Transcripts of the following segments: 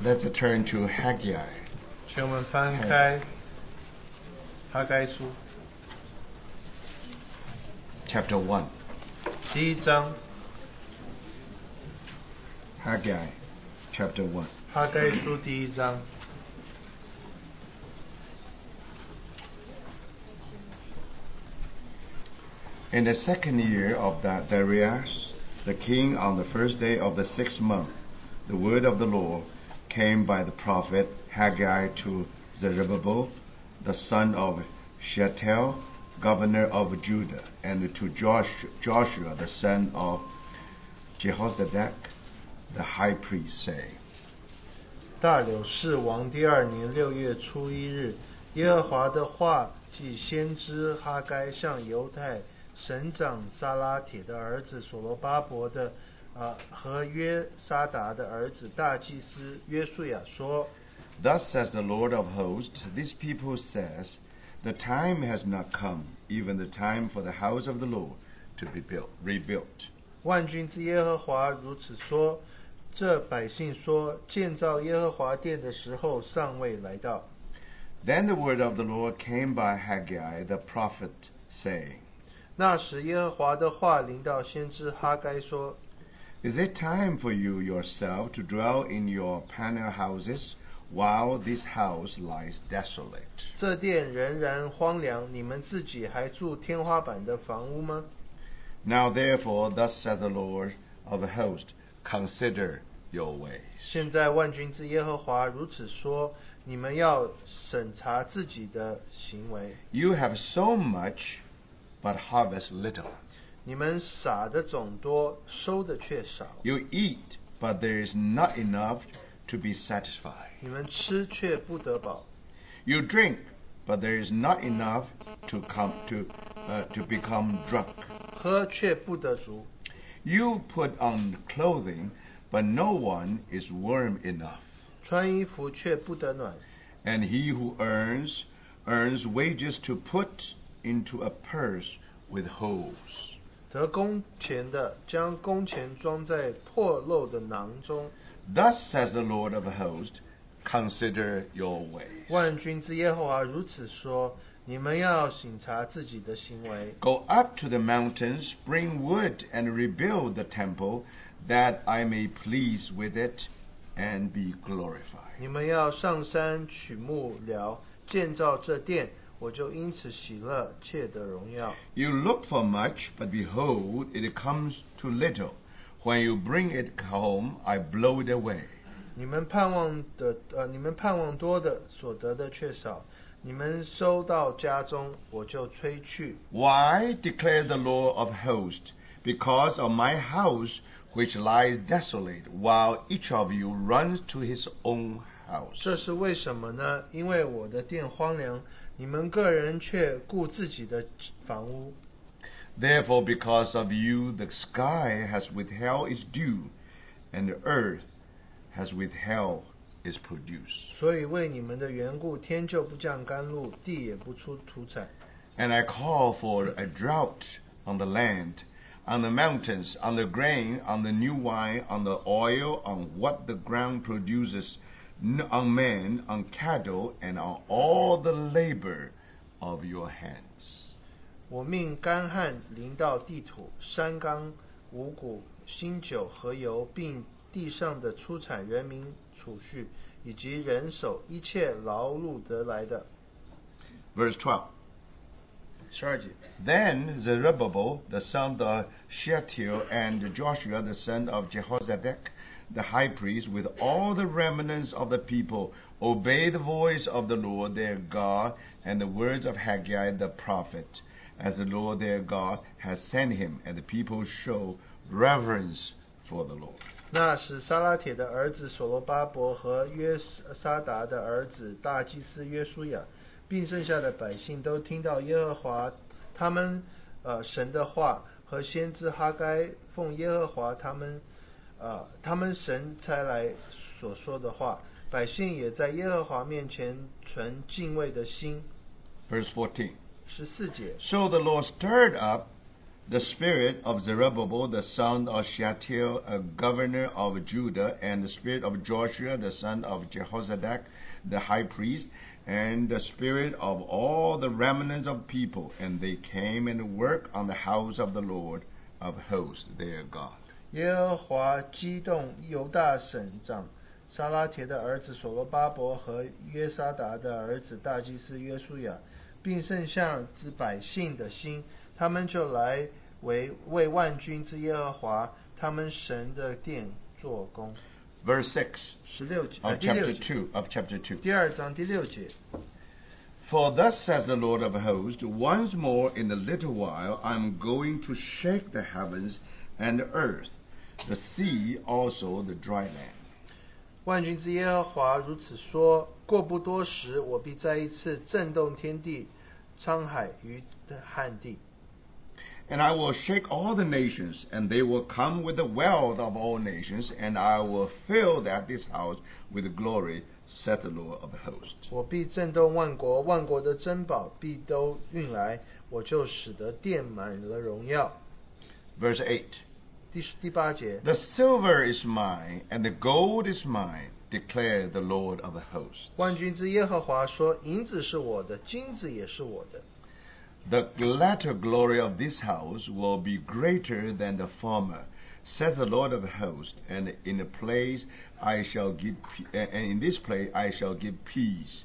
Let's turn to Haggai 请我们翻开哈该书 chapter 1. 第一章， Haggai chapter 1. 哈该书第一章， In the second year of that Darius, the king, on the first day of the sixth month, the word of the Lord came by the prophet Haggai to Zerubbabel, the son of Shealtiel, governor of Judah, and to Josh- Joshua, the son of Jehozadak, the high priest, saying, 大柳士王第二年六月初一日，耶和华的话即先知哈该向犹太省长撒拉铁的儿子所罗巴伯的啊、和约沙达的儿子大祭司约书亚说： Thus says the Lord of hosts, this people says, The time has not come, even the time for the house of the Lord to be built, rebuilt. 万军之耶和华如此说：这百姓说，建造耶和华殿的时候尚未来到。 Then the word of the Lord came by Haggai the prophet, saying, 那时耶和华的话临到先知哈该说 Is it time for you yourself to dwell in your panel houses while this house lies desolate?：“ 这殿仍然荒凉，你们自己还住天花板的房屋吗？ Now therefore, thus says the Lord of hosts, consider your ways. 现在万军之耶和华如此说：你们要审查自己的行为。 You have so much, but harvest little. 你们撒的种多，收的却少； You eat, but there is not enough to be satisfied. 你们吃却不得饱， You drink, but there is not enough to come to uh, to become drunk. 喝却不得足。 You put on clothing, but no one is warm enough. 穿衣服却不得暖， And he who earns earns wages to put into a purse with holes. 得工钱的将工钱装在破漏的囊中。 Thus says the Lord of hosts, consider your ways. 万军之耶和华如此说：你们要审查自己的行为， Go up to the mountains, bring wood, and rebuild the temple, that I may please with it and be glorified. 你们要上山取木料，建造这殿，我就因此喜乐，切得荣耀。 You look for much, but behold, it comes to little. When you bring it home, I blow it away. 你们盼望的，呃，你们盼望多的，所得的却少；你们收到家中，我就吹去。 Why, declares the Lord of hosts, because of my house which lies desolate, while each of you runs to his own house. 这是为什么呢？因为我的殿荒凉，你们个人却顾自己的房屋。 Therefore, because of you, the sky has withheld its dew, and the earth has withheld its produce. 所以为你们的缘故，天就不降甘露，地也不出土产。 And I call for a drought on the land, on the mountains, on the grain, on the new wine, on the oil, on what the ground produces, n- on men, on cattle, and on all the labor of your hands. 我命干旱临到地土、山冈、五谷、新酒和油，并地上的出产、人民储蓄以及人手一切劳碌得来的。 Verse 12. 十二节， Then Zerubbabel, the son of Shealtiel, and Joshua, the son of Jehozadak, the high priest, with all the remnants of the people, obeyed the voice of the Lord their God and the words of Haggai the prophet, as the Lord their God has sent him, and the people show reverence for the Lord. 那时撒拉铁的儿子所罗巴伯和约沙达的儿子大祭司约书亚，并剩下的百姓都听到耶和华他们呃神的话和先知哈该奉耶和华他们呃他们神差来所说的话，百姓也在耶和华面前存敬畏的心。 Verse 14. 十四节， So the Lord stirred up The spirit of Zerubbabel, the son of Shealtiel, a governor of Judah, and the spirit of Joshua, the son of Jehozadak, the high priest, and the spirit of all the remnants of people, and they came and worked on the house of the Lord of hosts, their God. 耶和华激动犹大省长撒拉铁的儿子所罗巴伯和约沙达的儿子大祭司约书亚，并剩下之百姓的心，他们就来为为万军之耶和华他们神的殿做工。 Verse 6十六节，呃 of 第六 chapter 节， 2 of chapter 2. 第二章第六节， For thus says the Lord of hosts, once more in a little while I am going to shake the heavens and the earth, the sea also the dry land. 万军之耶和华如此说：过不多时，我必再一次震动天地、沧海与旱地。 And I will shake all the nations, and they will come with the wealth of all nations, and I will fill that this house with glory, saith the Lord of hosts. 我必震动万国，万国的珍宝必都运来，我就使得殿满了荣耀。 Verse 8第十第八节， The silver is mine, and the gold is mine, declare the Lord of hosts. 万军之耶和华说：“银子是我的，金子也是我的。 The latter glory of this house will be greater than the former, says the Lord of hosts. And in the place I shall give, pe- and in this place I shall give peace,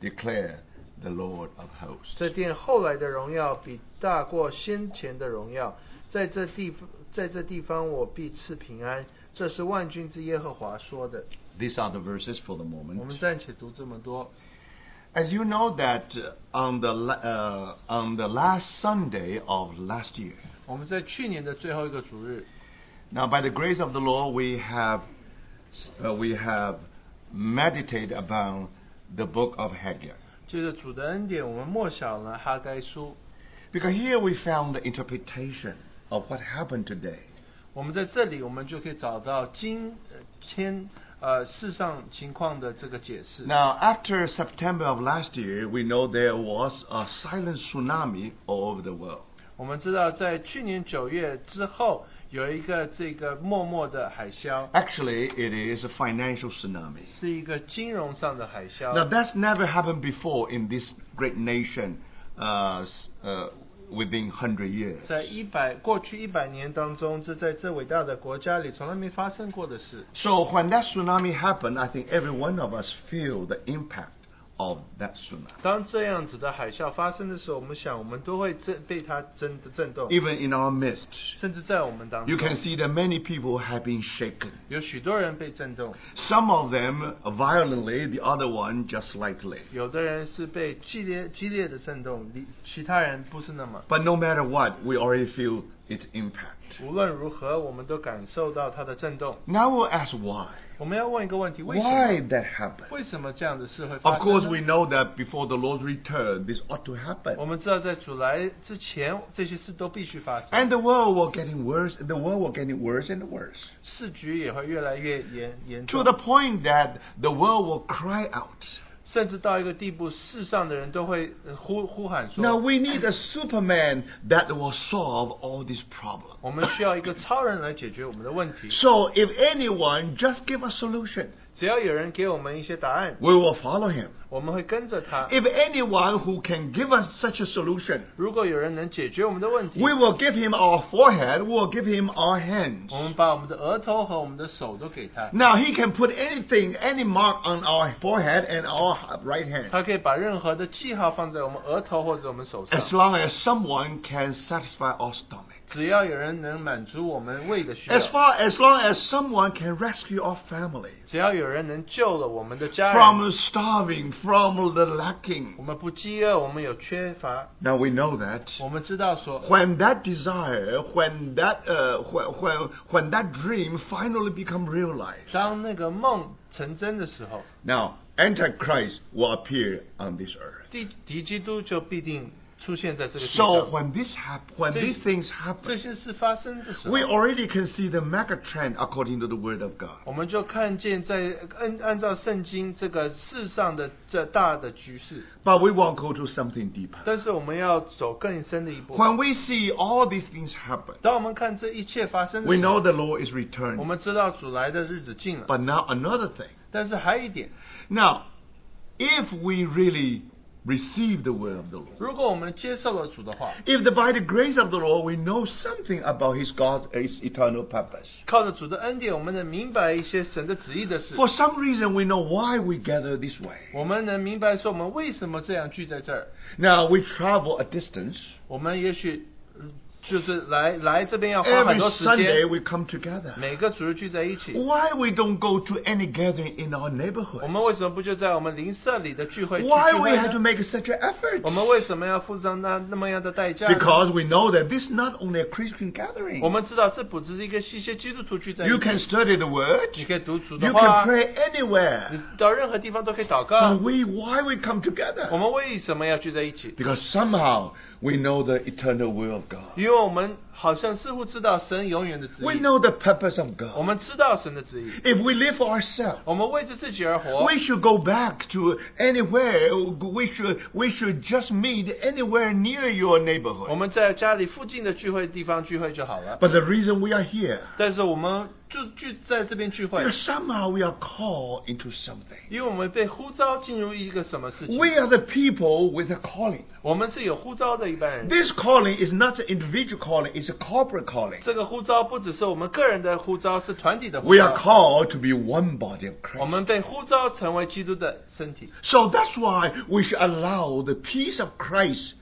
declare the Lord of 这 hosts. 殿后来的荣耀比大过先前的荣耀，在这地在这地方我必赐平安。”这是万军之耶和华说的。 These are the verses for the 我们 moment. 暂且读这么多。 As you know that uh, on the la- uh, on the last Sunday of last year. 我们在去年的最后一个主日， Now, by the grace of the Lord, we have uh, we have meditated about the book of Haggai. 借着主的恩典，我们默想了哈该书。 Because here we found the interpretation of what happened today. 我们在这里，我们就可以找到今呃天呃世上情况的这个解释。 Now, after September of last year, we know there was a silent tsunami all over the world. 我们知道，在去年九月之后，有一个这个默默的海啸， Actually, it is a financial tsunami. 是一个金融上的海 Now, 啸。 that's never happened before in this great nation uh, s- uh, within 100 years. 在一百过去一百年当中，这在这伟大的国家里从来没发生过的事。 So, when that tsunami happened, I think every one of us feel the impact of that tsunami, 当这样子的海啸发生的时候，我们想，我们都会震被它震震动， even in our midst. 甚至在我们当 You 中， can see that many people have been shaken. 有许多人被震动， Some of them violently, the other one just slightly. 有的人是被剧烈激烈的震动，你其他人不是那么。 But no matter what, we already feel its impact. 无论如何，我们都感受到它的震动。 Now we'll ask why. 我们要问一个问题：为什么？ Why that happened? 为什么这样的事会发 Of 生 course, 呢 we know that before the Lord's return, this ought to 我 happen. 们知道，在主来之前，这些事都必须发生。 And the world will getting worse. The world will getting worse and worse 市局也会越来越严严 to 重 the，point that the world will cry out. 甚至到一个地步，世上的人都会呃呼呼喊 Now 说 we need a Superman that will solve all these problems.：“ 我们需要一个超人来解决我们的问题。 So if anyone just give a solution, ”只要有人给我们一些答案， we will follow him. 我们会跟着他。 If anyone who can give us such a solution, 如果有人能解决我们的问题， we will give him our forehead, we will give him our hands. 我们把我们的额头和我们的手都给他， Now he can put anything, any mark on our forehead and our right hand. 他可以把任何的记号放在我们额头或者我们手上 As。long as someone can satisfy our stomach. 只要有人能满足我们胃的需 As 要， far as long as someone can rescue our family 只要有人能救了我们的家人， from starving, from the lacking. 我们不饥饿，我们有缺乏， Now we know that 我们知道说， when that desire, when that uh, when, when, when that dream finally become realized, 当那个梦成真的时候， Now, Antichrist will appear on this earth. 敌敌基督就必定出现在这个地 So 上。 when this hap- when So- these things 这 happen, 些事发生的时候 we，already can see the mega trend according to the Word of God. 我们就看见在按按照圣经这个世上的这大的局势， But we won't go to something deeper. 但是我们要走更深的一步。 When we see all these things happen, 当我们看这一切发生的 we 时候 know，the Lord is 我 returning. 们知道主来的日子近了。 But now another thing. 但是还有一点， Now, if we really receive the word of the Lord, 如果我们接受了主的话， if the, by the grace of the Lord we know something about His God, His eternal purpose, 靠着主的恩典，我们能明白一些神的旨意的事。 for some reason we know why we gather this way. 我们能明白说我们为什么这样聚在这儿。 Now we travel a distance. 我们也许嗯就是来来这边要花很 Every 多时 Sunday 间， we come together. 每个主日聚在一起。 Why we don't go to any gathering in our 我 neighborhood? 们为什么不就在我们邻舍里的聚会去聚 Why we 会 have to 呢？ make such an effort? 我们为什么要付上那那么样的代价呢 Because we know that this is not only a Christian gathering. 我们知道这不只是一个一些基督徒聚在一 You can 起， study the Word. 你可以读主 You 的话 can，pray anywhere. 你到任何地方都可以祷告 But。we, why we come 我 together? 们为什么要聚在一起？ Because somehow we know the eternal will of God. 因为我们好像似乎知道神永远的旨 We 意， know the purpose of 我 God. 们知道神的旨意， If we live for ourselves, 我们为着自己而活。 we should go back to anywhere. We should we should just meet anywhere near your 我 neighborhood. 们在家里附近的聚会地方聚会就好了。 But the reason we are here, 但是我们就聚在这边聚会， because somehow we are called into something. 因为我们被呼召进入一个什么事情？ We are the people with a calling. 我们是有呼召的一般人。 This calling is not an individual calling; it's a corporate calling. 这个呼召不只是我们个人的呼召，是团体的呼 We are 召。 called to be one body of 我 Christ. 们被呼召成为基督的身体， So that's why we should allow the peace of Christ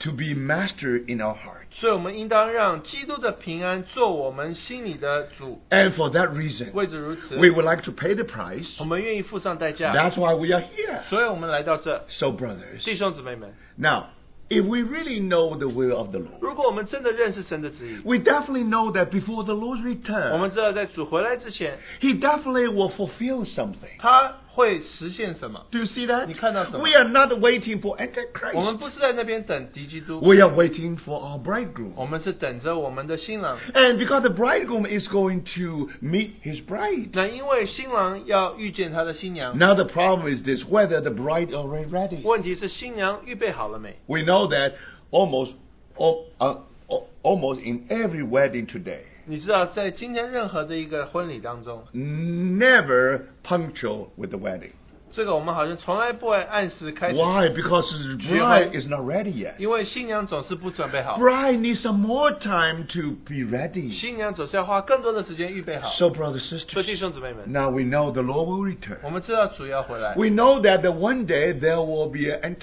to be master in our hearts. 所以我们应当让基督的平安做我们心里的主。 And for that reason, 为此如此， we would like to pay the price. 我们愿意付上代价， That's why we are here. 所以我们来到这。 So, brothers, 弟兄姊妹们， now, if we really know the will of the Lord, 如果我们真的认识神的旨意， we definitely know that before the Lord's 我 return, 们知道在主回来之前， He definitely will fulfill something. 他会实现什么？ Do you see that? 你看到什么？ We are not waiting for 我们 Antichrist. 不是在那边等敌基督， We are waiting for our bridegroom. 我们是等着我们的新郎。 And because the bridegroom is going to meet his bride. 那因为新郎要遇见他的新娘， Now the problem is this: whether the bride already ready. 问题是新娘预备好了没？ We know that almost, al- uh, al- almost in every wedding today, 你知道，在今天任何的一个婚礼当中， never punctual with the wedding. 这个我们好像从来不会按时开始， Why? Because the bride is not ready yet. 因为新娘总是不准备好， Bride needs some more time to be ready. 新娘总是要花更多的时间预备好。 So, brothers 所以弟 sisters, 兄姊妹们， now we know the Lord will 我 return. 们知道主要回来，嗯 We know that the one day there will be an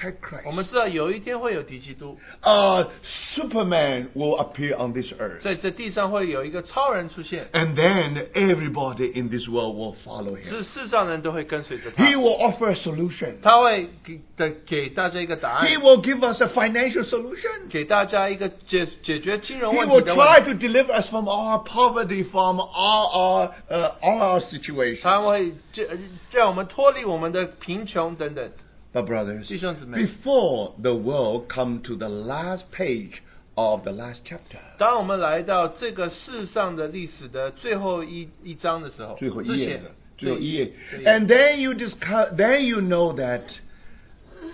我们 antichrist. 知道有一天会有敌基督， Uh, Superman will appear on this earth. 在这地上会有一个超人出现， And then everybody in this world will follow 是 him. 世上人都会跟随着他。 He will offer a solution. 他会给的给大家一个答案 He，will give us a financial solution. 给大家一个解解决金融 He 问题 will 的问 try 题。 to deliver us from our poverty, from all our, uh, all our situation. 他会这让我们脱离我们的贫穷等等。 But brothers, 弟兄姊妹， before the world come to the last page of the last chapter, 当我们来到这个世上的历史的最后一一章的时候，之前最后一页，最后一页。对 and then you discover, then you know that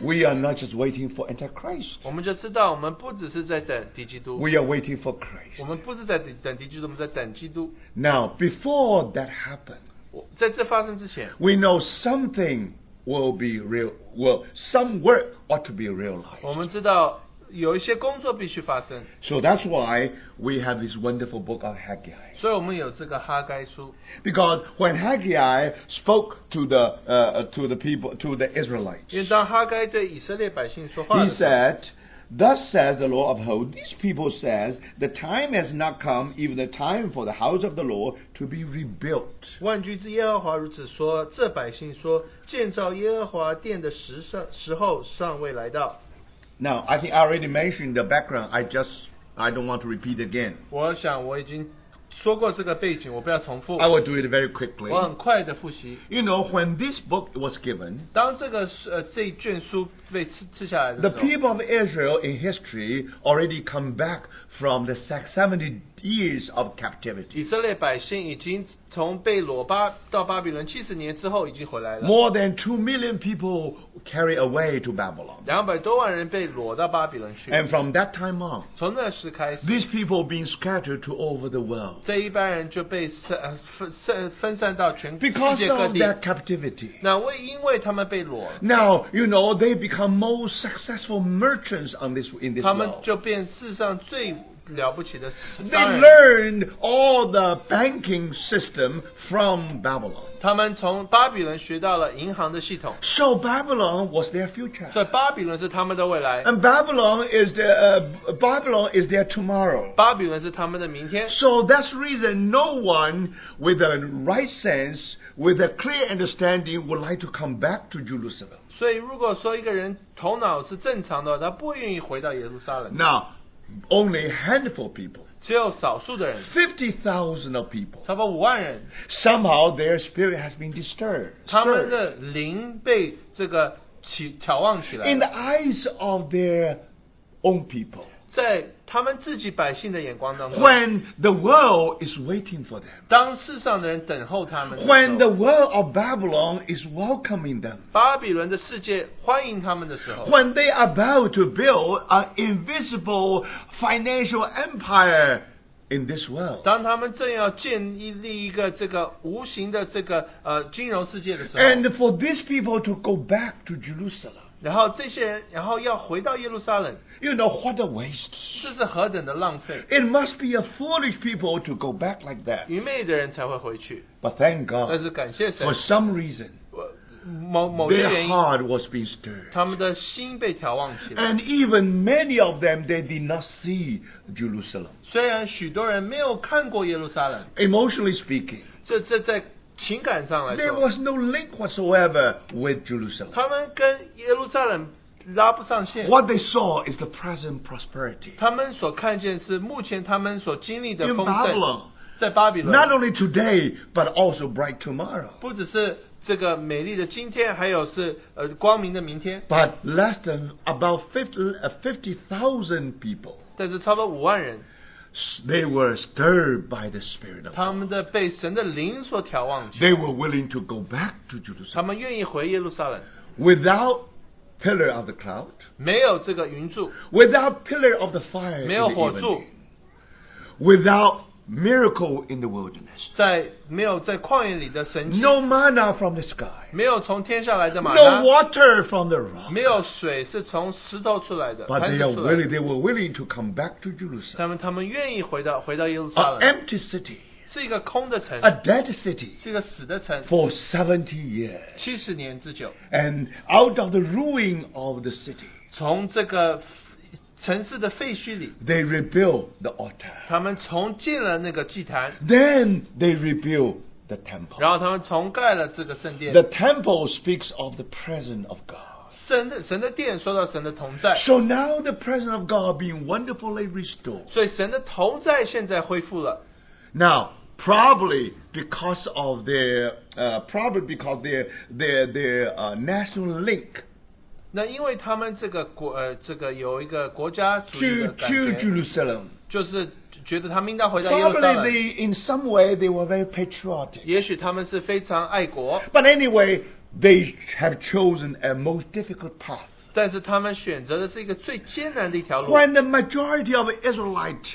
we are not just waiting for Antichrist. 我们就知道，我们不只是在等敌基督， We are waiting for Christ. 我们不是在等等敌基督，我们在等基督。 Now, before that happened, 我在这发生之前， we know something will be real. Well, some work ought to be realized. 我们知道有一些工作必须发生， So that's why we have this wonderful book of Haggai. 所以我们有这个哈该书。 Because when Haggai spoke to the uh, to the people to the Israelites, 因为当哈该对以色列百姓说话 he 的时候， said. Thus says the Lord of hosts, these people says, the time has not come, even the time for the house of the Lord to be rebuilt. 万军之耶和华如此说：这百姓说，建造耶和华殿的时尚时候尚未来到。 Now, I think I already mentioned the background. I just, I don't want to repeat again. 我想我已经说过这个背景，我不要重复 I，will do it very quickly. 我很快的复习。 You know, when this book was given, 当这个呃这一卷书被吃吃下来的 the 时候， people of Israel in history already come back from the se- 70 years of captivity. 以色列百姓已经从被裸巴到巴比伦七十年之后已经回来了， More than 2 million people carried away to Babylon. 两百多万人被裸到巴比伦去。 And from that time on, 从那时开始， these people being scattered to over the world. 这一班人就被散呃分散分散到全世 Because 界各 of 地。 their captivity. 那为因为他们被裸， Now, you know, they become most successful merchants on this, in this 他们 world. 就变世上最了不起的 They 商人。 learned all the banking system from Babylon. 他们从巴比伦学到了银行的系统， So Babylon was their future. 所以巴比伦是他们的未来， And Babylon is their, uh, Babylon is their tomorrow. 巴比伦是他们的明天。 So that's the reason no one with a right sense, with a clear understanding, would like to come back to Jerusalem. 所以如果说一个人头脑是正常的，他不愿意回到耶路撒冷。 Now, only a handful of people, 只有少数的人， 50,000 of people, 差不多五万人， somehow their spirit has been disturbed. 他们 stirred. 的灵被这个起眺望起来 In the 了， eyes of their own people. 在他们自己百姓的眼光当中， when the world is waiting for them, 当世上的人等候他们的时候 when the world of Babylon is welcoming them, 巴比伦的世界欢迎他们的时候， when they are about to build an invisible financial empire in this world. 当他们正要建立一个这个无形的这个呃金融世界的时候 And，for these people to go back to Jerusalem, 然后这些人，然后要回到耶路撒冷， you know what a waste. 这是何等的浪费！ It must be a foolish people to go back like that. 愚昧的人才会回去。 But thank 但 God, 是感谢神 for，some reason, 我某某些 their 原因， heart was being stirred. 他们的心被眺望起来。 And even many of them, they did not see Jerusalem. 虽然许多人没有看过耶路撒冷， Emotionally speaking, 这这在情感上来 There 说， was no link whatsoever with Jerusalem. 他们跟耶路撒冷拉不上线。 What they saw is the present prosperity. 他们所看见是目前他们所经历的 In 丰盛， Babylon, 在巴比 not 伦， only today, but also bright tomorrow. 不只是这个美丽的今天，还有是呃光明的明天。 But less than about 50 uh, 50,000 people, 但是差不多五万人， s- they were stirred by the Spirit of 他 God. 们的被神的灵所眺望起， They were willing to go back to 他 Jerusalem 们愿意回耶路撒冷， without pillar of the cloud, 没有这个云柱， without pillar of the fire, in 没 the 有火柱 evening,，without miracle in the wilderness, 在没有在旷野里的神迹， no manna from the sky. 没有从天下来的马 no 达， water from the rock. 没有水是从石头出来的， But 磐 they 石 are 出来 willing. 的。 They were willing to come back to 他 Jerusalem, 们他们愿意回到回到耶路撒 an 冷， empty city, 是一个空的城， a dead city, 是一个死的城， for seventy years, 七十年之久。 and out of the ruin of the city, 从这个城市的废墟里， they rebuilt the altar. 他们重建了那个祭坛， Then they rebuilt the temple. 然后他们重盖了这个圣殿。 The temple speaks of the presence of God. 神的神的殿说到神的同在， So now the presence of God being wonderfully restored. 所以神的同在现在恢复了。 Now, probably because of their, uh, probably because their their their uh, national link 那因为他们这个国呃这个有一个国家主义 to 的感 to 觉， Jerusalem. 就是觉得他们应当回到耶路撒 Probably 冷。 they, in some way they were very patriotic. 也许他们是非常爱国， But anyway, they have chosen a most difficult path. 但是他们选择的是一个最艰难的一条路。 When the majority of Israelites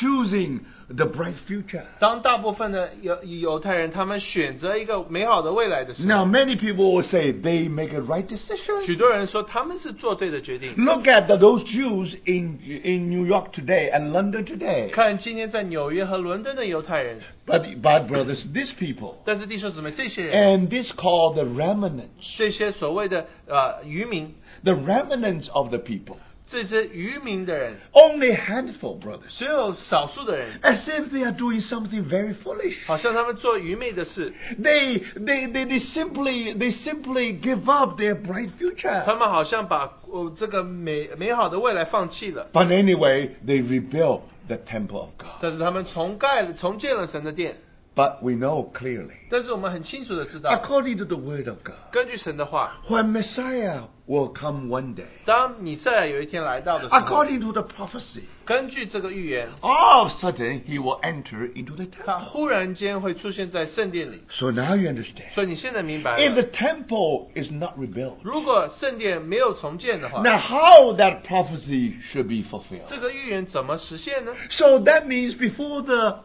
choosing the bright future. 当大部分的犹犹太人他们选择一个美好的未来的时候， Now many people will say they make a right decision. 许多人说他们是做对的决定。 Look at the, those Jews in in New York today and London today. 看今天在纽约和伦敦的犹太人， But but brothers, these people 但是弟兄姊妹，这些 and 人，this called the remnants, 这些所谓的呃渔民， the remnants of the people. 这些渔民的人， Only handful, brothers. 只有少数的人， as if they are doing something very foolish. 好像他们做愚昧的事， They, they, they, they simply, they simply give up their bright 他 future. 们好像把呃这个美美好的未来放弃了。 But anyway, they rebuilt the temple of God. 但是他们重盖了、重建了神的殿。 But we know clearly, 但是我们很清楚的知道， according to the word of God, 根据神的话， when Messiah will come one day, 当你再有一天来到的时候， according to the prophecy, 根据这个预言， all of a sudden he will enter into the 他 temple. 忽然间会出现在圣殿里。 So now you understand. 所以你现在明白 If 了， the temple is not rebuilt, 如果圣殿没有重建的话， now how that prophecy should be fulfilled. 这个预言怎么实现呢？ So that means before the,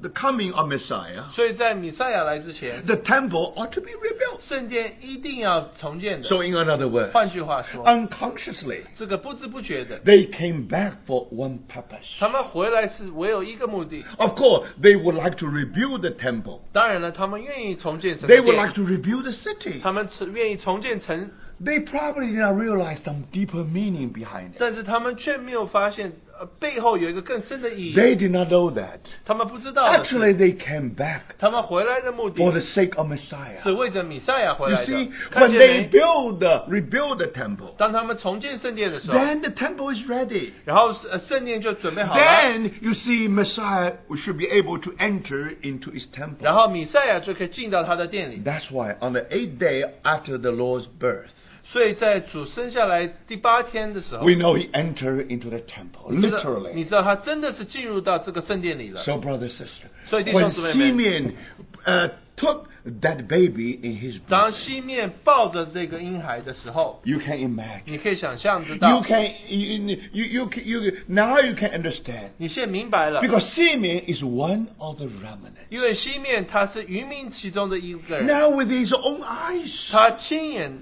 the, the coming of Messiah, 所以在米赛亚来之前， the temple ought to be rebuilt. 圣殿一定要重建的。 So, in another word, 换句话说，啊 unconsciously, 这个不知不觉的， they came back for one purpose. 他们回来是唯有一个目的。 Of course, they would like to rebuild the temple, 当然了，他们愿意重建神 they 的 would 殿 like，to rebuild the city. 他们只愿意重建城， They probably did not realize some deeper meaning behind it. 但是他们却没有发现，呃，背后有一个更深的意义， They did not know that. 他们不知道的 Actually, 是， they came back 他们回来的目 for the 的 sake of Messiah. 是为着米赛亚回 You 来的 see,。看 when 见 they 没？ build the, rebuild the temple, 当他们重建圣殿的时候， then the temple is ready. 然后呃圣殿就准备好了， Then you see Messiah should be able to enter into his 然 temple. 后米赛亚就可以进到他的殿里。 That's why on the eighth day after the Lord's birth, 所以在主生下来第八天的时候 we，know he entered into the temple, 你知道 literally. 你知道他真的是进入到这个圣殿里了。 So, brother, sister, 所以弟兄姊妹们。 when Simeon uh, took that baby in his 当 breast, 西面抱着这个婴孩的时候， you can imagine. 你可以想象得 You 到， can you you, you, can- you now you can understand 你现在明白了， because Simeon is one of the remnant. 因为西面他是渔民其中的一个人， Now with his own eyes, 他亲眼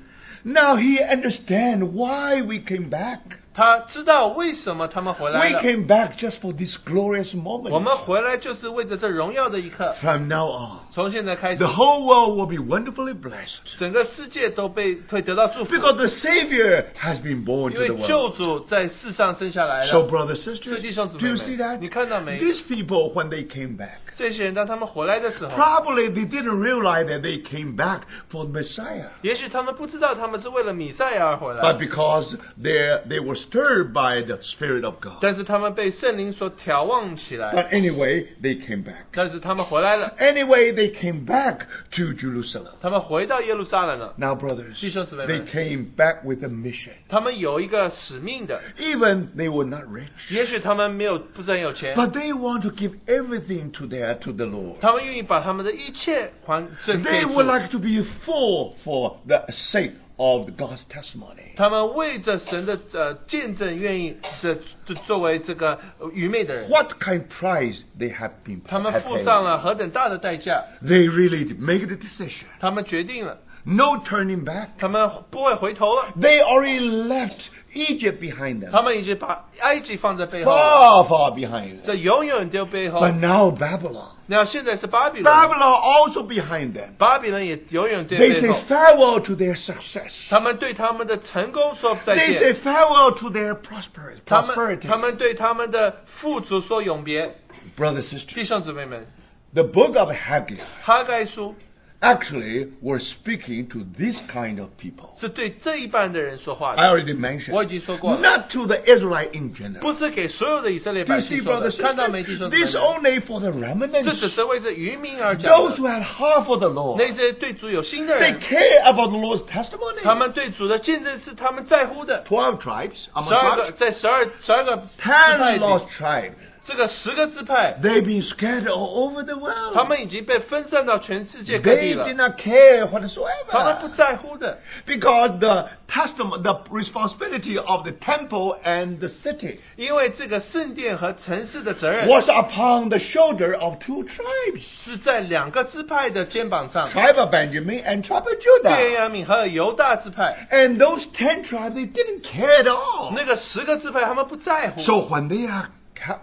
now he understand why we came back. 他知道为什么他们回来 We 了。 came back just for this glorious 我 moment. 们回来就是为着这荣耀的一刻， From now on, 从现在开始 the，whole world will be wonderfully blessed 整个世界都被会得到祝福， because the Savior has been born 因 to 为 the 救 world. 主在世上生下来 So, 了。 brothers sisters, So弟兄姊妹们， do you see that? 你看到没？ These people, when they came back, 这些人当他们回来的时候， probably they didn't realize that they came back for the Messiah. 也许他们不知道他们是为了米赛亚而回 But 来， because they they were stirred by the Spirit of God. 但是他们被圣灵所眺望起来， But anyway, they came back. 但是他们回来了， Anyway, they came back to Jerusalem. 他们回到耶路撒冷了。 Now, brothers, 弟兄姊妹们。 they came back with a mission. 他们有一个使命的， Even they were not rich, 也许他们没有不是很有钱， but they want to give everything to their to the Lord. 他们愿意把他们的一切还赠给 They 主 would like to be full for the sake of God's testimony. 他们为着神的呃见证，愿意这这作为这个呃愚昧的人， What kind price they have been 他们 have 付上 paid. 了何等大的代价！ They really did make the decision. 他们决定了， No turning back. 他们不会回头了， They already left Egypt behind them. 他们已经把埃及放在背后了， Far, far behind 这 them. 永远丢背后 But。now Babylon. 那现在是巴比伦， Babylon also behind them. 巴比伦也永远丢 They 背 say 后。 farewell to their success. 他们对他们的成功说再 They 见， say farewell to their prosperity. 他们 prosperity. 他们对他们的富足说永别。 Brothers, sisters, 弟兄姊妹们， the book of Haggai 哈该书 actually were speaking to this kind of people. 是对这一半的人说话 I 的， already mentioned. 我已经说过了。 Not to the Israelite in 不 general. 是给所有的以色列 Do 百 you see, 姓说的 brothers,，看到没，弟兄 sisters? 姊妹 This 们？ only for the 这只 remnants. 是为着渔民而讲 Those 的 who。had heart for the Lord. 那些对主有心的 They 人， care about the Lord's testimony. 他们对主的见证是他们在乎的。 Twelve tribes, 十二 among 个 tribes, 在十二十二个支派 ten 里， lost tribes. 这个十个支派， They've been scattered all over the 他 world. 们已经被分散到全世界各地 They 了 did，not care 他们不 whatsoever 在乎的， because the testimony, the responsibility of the temple and the city 因为这个圣殿和城市的责任 was upon the shoulder of two tribes, 是在两个支派的肩膀上， tribe of Benjamin and tribe of 便 Judah. 雅敏和犹大支派。 And those ten tribes, they didn't care at all. 那个十个支派，他们不在乎。 So when they are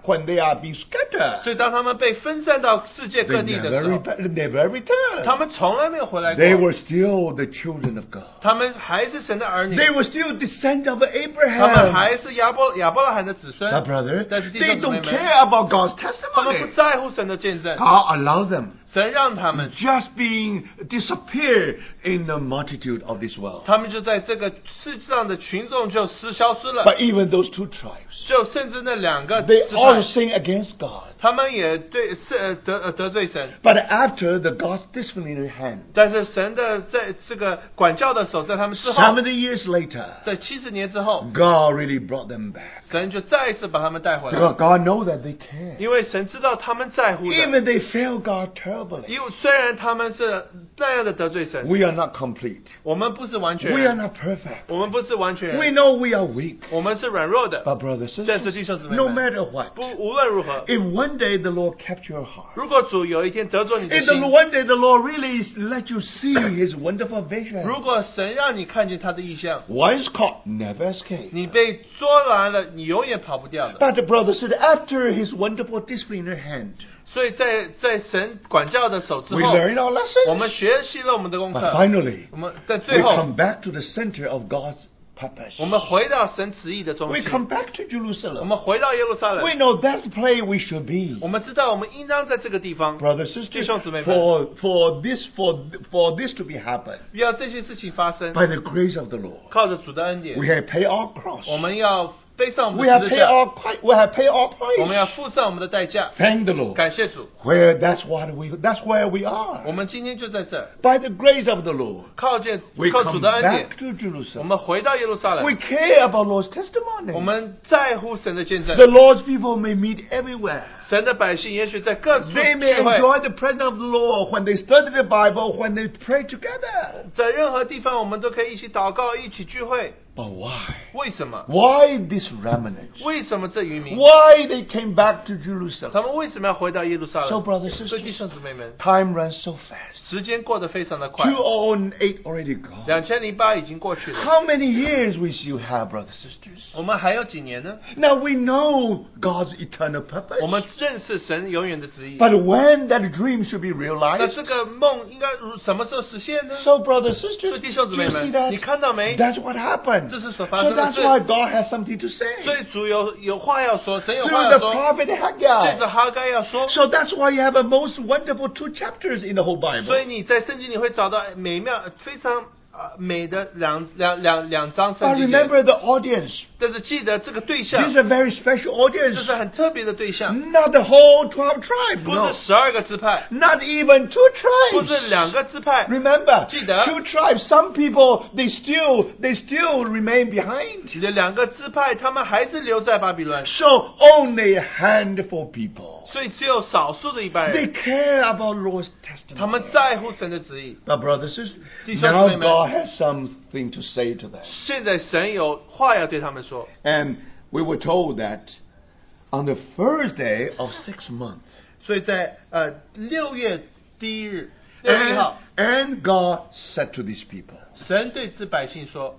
when they are being 所 scattered, 以，当他们被分散到世界 they 各地的时 never, 候， re- never returned. 他们从来没有回来 They 过， were still the children of God. 他们还是神的儿女， They were still descendants of 他们 Abraham. 还是亚伯亚伯拉罕的子 My 孙。 brother, That's they don't different. care about God's 他们不 testimony. 在乎神的见证， God allowed them. 神让他们， just being disappeared in the multitude of this world. 他们就在这个世界上的群众就失消失了， But even those two tribes, 就甚至那两个 they 支 all 派， sin against God. 他们也对是呃得呃得罪神， But after the God's disciplinary hand, 但是神的在这个管教的手在他们之后， seventy years later, 在七十年之后， God really brought them back. 神就再一次把他们带回来 Because，God knows that they care. 因为神知道他们在乎的。 Even they fail God terribly. 因为虽然他们是那样的得罪神， We are not complete. 我们不是完全 We are 人， not perfect. 我们不是完全 We 人， know we are weak. 我们是软弱的。 But brothers and 但是 sisters, 弟兄姊妹 no 们， matter what, 不无论如何， if one day the Lord kept your heart, 如果主有一天得罪你的 if the, 心， one day the Lord really let you see His wonderful vision, 如果神让你看见他的意象， once caught, never escape. 你被捉拿了，你永远跑不掉的。 But the brother said, after His wonderful disciplinary hand, 所以在在神管教的手之 we 后， learned our 我们 lessons. 学习了我们的功 But 课， finally, 我们在 we 最后， come back to the center of God's purpose. 我们回到神旨意的中 We 心， come back to 我 Jerusalem. 们回到耶路撒冷 We，know that's the place we should be. 我们知道我们应当在这个地方， Brothers and sisters, 弟兄姊妹们。 for, for, this, for, for this to be happen, 要这些事情发生， by the grace of the Lord, 靠着主的恩典， we have paid our cross. 我们要背上我 We 们的 have 十 paid 字架， our, pri- we have paid our 我们要 price. 付上我们的代价。 Thank the Lord. 感谢主， Where that's what we that's where we 我 are. 们今天就在这儿， By the grace of the Lord, 靠近 we 靠主 come 的恩典 back，to 我 Jerusalem. 们回到耶路撒冷 We，care about Lord's testimony. 我们在乎神的见证 The，Lord's people may meet everywhere. 神的百姓也许在各处聚 They may 会， enjoy the presence of the Lord when they study the Bible, when they pray together. 在任何地方我们都可以一起祷告，一起聚会。 But why? 为什么？ Why this remnant? 为什么这渔民？ Why they came back to 他 Jerusalem? 们为什么要回到耶路撒 So, 冷？ brothers and 所以弟 sisters, 兄姊妹们， time runs so fast. 时间过得非常的快， 2008 already gone. 两千零八已经过去了， How many years we still have, brothers and sisters? 我们还有几年呢？ Now we know God's eternal purpose. 我们认识神永远的旨意。 But when that dream should be 那 realized, 这个梦应该如什么时候实现呢？ so brothers 所以 sisters, 弟兄 do 姊妹 you see 们，你 that? 看到没？ That's what happened. 这是所发生的 So that's 事。 why God has something to say 所 through 以主有有话要说，神有话 the 要说， prophet 对着 Haggai. 哈该要说。 So that's why you have a most wonderful two chapters in the whole 所以 Bible. 你在圣经里会找到美妙、非常呃美的两两两两张 But 圣经节。 remember the audience. 但是记得这个对 This 象 is a very special audience. 这是很特别的对象， Not the whole 12 tribes. 不是嗯 No. 十二个支派， Not even two 不 tribes. 是两个支派， Remember, 记得。 two tribes. Some people they still they still remain behind. 两个支派他们还是留在巴比伦， So only a handful people. 所以只有少数的一般 They 人， care about Lord's 他们 testimony. 在乎神的旨意。 But brothers, and sisters, 弟兄姊妹们。 now God has something to say to them. 现在神有话要对他们说。 And we were told that on the first day of sixth month, 所以在呃六月第一日，六月一 and, 号， and God said to these people, 神对之百姓说，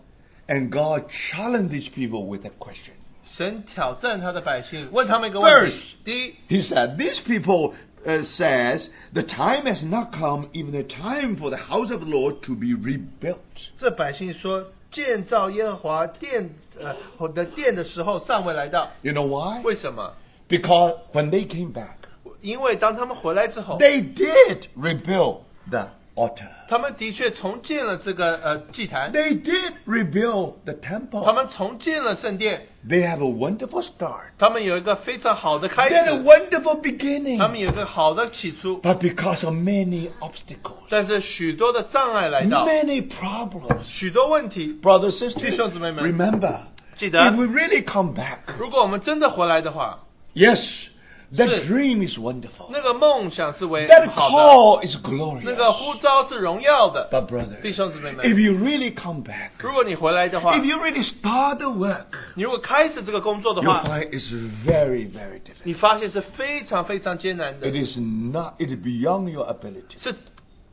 and God challenged these people with a question. 神挑战他的百姓，问他们一个问题 First.：第一， He said, These people uh, says the time has not come, even the time for the house of the Lord to be rebuilt. 这百姓说建造耶和华殿呃我的殿的时候尚未来到， You know why? 为什么？ Because when they came back, 因为当他们回来之后， they did rebuild the altar. 他们的确重建了这个呃祭坛， They did rebuild the 他 temple. 们重建了圣殿， They have a wonderful start. 他们有一个非常好的开 They had a 始， wonderful beginning. 他们有一个好的起初， But because of many obstacles, 但是许多的障碍来到， many problems, 许多问题。 brothers and sisters, 弟兄姊妹们。 remember, 记得 if we really come back, 如果我们真的回来的话， yes, that 是。 dream is wonderful. 那个梦想是为 That 好的， call is 那 glorious. 个呼召是荣耀的。 But brother, 弟兄姊妹们 if，you really come back, 如果你回来的话 if，you really start the work, 你如果开始这个工作的 you'll 话， find it's very, very 你 difficult. 发现是非常非常艰难 It 的， is not. It is beyond your ability. 是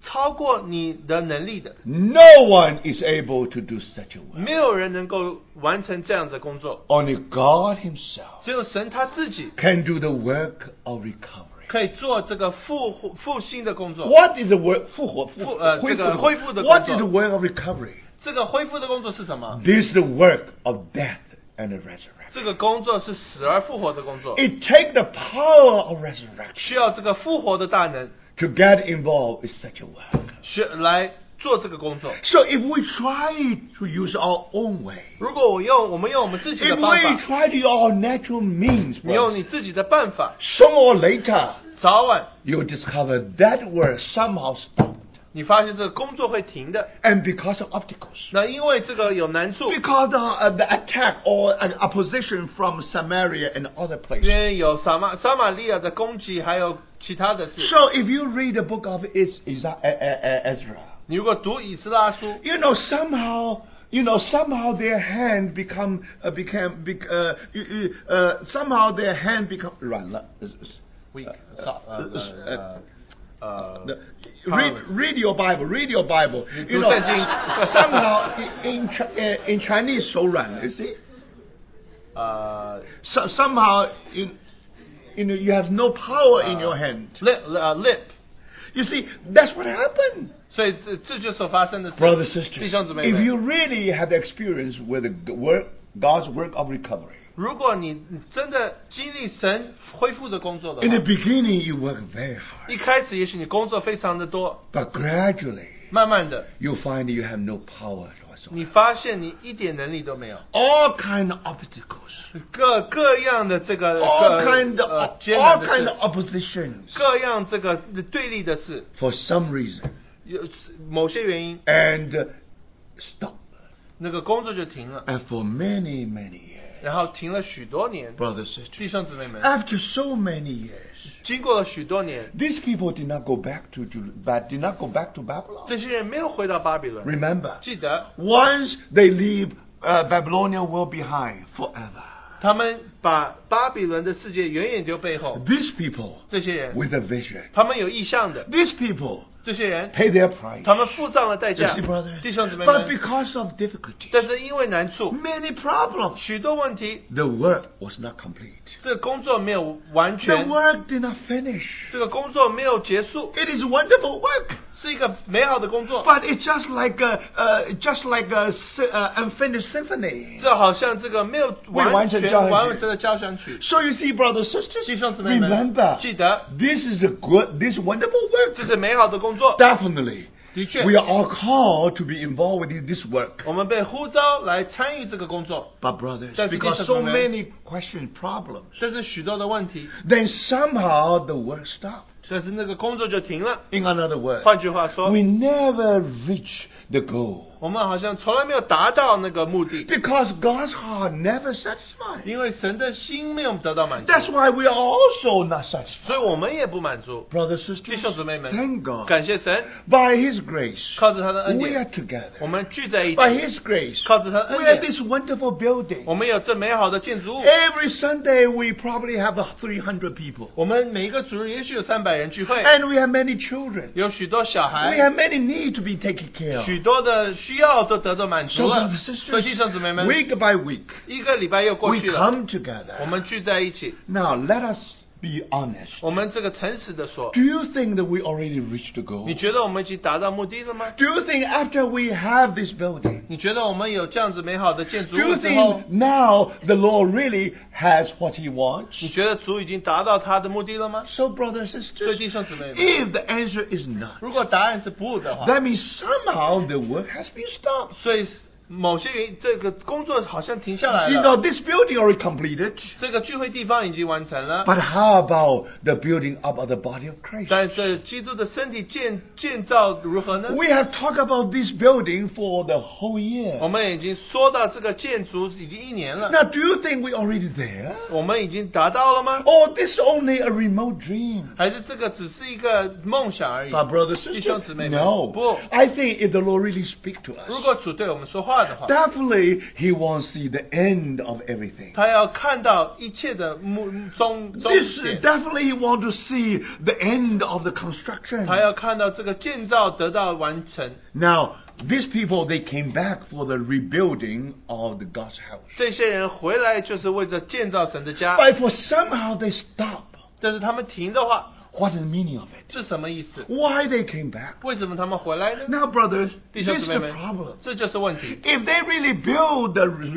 超过你的能力的。 No one is able to do such a work. 没有人能够完成这样的工作， Only God Himself 只有神他自己 can do the work of recovery. 可以做这个复活复兴的工作。 What is the work? 复活-复-复-呃，恢复-这个恢复的工作。 What is the work of recovery? 这个恢复的工作是什么？ This is the work of death and the resurrection. 这个工作是死而复活的工作， It takes the power of resurrection 需要这个复活的大能 to get involved in such a work. 学来做这个工作。 So if we try to use our own way, 如果我用我们用我们自己的 if 方法 we，try to use our natural means, 你用 well, 你自己的办法， sooner or later 早晚 you'll discover that work somehow stopped. 你发现这个工作会停的。 And because of obstacles, 那因为这个有难处， because of the uh, attack or an opposition from Samaria and other 因 places. 为有撒玛撒玛利亚的攻击，还有其他的事。 So if you read the book of Ez- Ez- uh, uh, uh, Ezra, 你如果读以斯拉书， you know somehow you know somehow their hand become uh, became bec- uh, y- y- uh, somehow their hand become 软了。 weak，呃少呃呃呃呃 The- read, Promise. read your Bible, read your Bible. You know, 读圣经。 somehow i- in Chi- uh, in Chinese 手软，you see. 呃 So, somehow in you know you have no power in your hand. lip 呃 lip， You see, that's what happened. 所以这这就是发生的事。 Brother, sister, 弟兄姊妹 if 们 you really have experience with the g- work, God's work of recovery, 如果你你真的经历神恢复的工作的 in the 话， beginning you work very hard, 一开始也许你工作非常的多， but gradually 慢慢的 you find you have no power 你 whatsoever. 发现你一点能力都没有， All kind of obstacles, 各各样的这个 all 各 kind 呃 of 艰 all 难的 kind 事 of oppositions 各样这个对立的事， for some reason, 有某些原因， and uh, stop. 那个工作就停了， And for many many years, 然后停了许多年。 brother sister, 弟兄姊妹们， after so many years, 经过了许多年， these people did not go back to, to but did not go back to Babylon. 这些人没有回到巴比伦。 Remember, 记得 once they leave, uh, Babylonia will be behind forever. 他们把巴比伦的世界远远丢背后。 These people 这些人， with a vision, 他们有意向的， these people 这些人， pay their price. 他们付上了代 You 价 see, brother.。弟兄姊妹 But 们， because of difficulties, 但是因为难处， many problems, 许多问题， the work was not complete. 这个工作没有完 The 全， work did not finish. 这个工作没有结束， It is wonderful work, 是一个美好的工作。 but it's just like a, uh, just like a sy- uh, unfinished symphony. 这好像这个没有完全未完成交响曲完成的交响曲。 So you see, brothers sisters, 弟兄姊妹们 remember,，记得 this is a good, this wonderful 这 work. 是美好的工作， Definitely. 的确， We are all called to be involved with this work. 我们被呼召来参与这个工作， But brothers, That's because because so of the- many questions, problems, 这是许多的问题， then somehow the work stopped. 但是那个工作就停了。 In another word, 换句话说， we never reach the goal 我们好像从来没有达到那个目的， because God's heart never satisfied. 因为神的心没有得到满足， That's why we are also not 所以 satisfied. 我们也不满足。 Brothers, 弟 sisters, 兄姊妹们， thank God. 感谢神， By His grace, 靠着他的恩 we are 典，together. 我们聚在一 By 起， His grace, 靠着他的 we 恩 are 典， this wonderful building. 我们有这美好的建筑物。 Every Sunday, we probably have uh, 300 people. 我们每一个主日也许有三百人聚会， And we have many children. 有许多小 We 孩， have many needs to be taken care of. 许多的需要都得到满 So, 足了 brothers。and 所以弟 sisters, 兄姊妹们， week by week, 一个礼拜又过 we 去了， come 我 together. 们聚在一起， Now, let us be honest. 我们这个诚实的说 Do，you think that we already reached the goal? 你觉得我们已经达到目的了吗？ Do you think after we have this building, 你觉得我们有这样子美好的建筑 do you 物之后 think，now the Lord really has what He wants? 你觉得主已经达到他的目的了吗？ So, brothers and 所以 sisters, 弟兄姊妹们， if the answer is not, 如果答案是不的话， that means somehow the work has been stopped. 所以某些原因，这个工作好像停下来 You 了。 know, this building already completed. 这个聚会地方已经完成了， But how about the building up of the body of Christ? 但是基督的身体建建造如何呢？ We have talked about this building for the whole 我 year. 们已经说到这个建筑已经一年了， Now, do you think we're already there? 我们已经达到了吗？ Or this only a remote dream? 还是这个只是一个梦想而已？ My brother, 弟兄姊妹们， no. 不。 I think if the Lord really speaks to 如 us, 果主对我们说话的话， definitely He wants to see the end of everything. 他要看到一切的目终终 This 点， definitely He wants to see the end of the construction. 他要看到这个建造得到完成。 Now, these people they came back for the rebuilding of the God's house. 这些人回来就是为着建造神的家， But for somehow they stop. 但是他们停的话， What is the meaning of it? 这什么意思？ Why they came back? 为什么他们回来呢？ Now, brothers, this 弟兄 is 姊妹 the 们 problem.，这就是问题。 If they really build, the, re-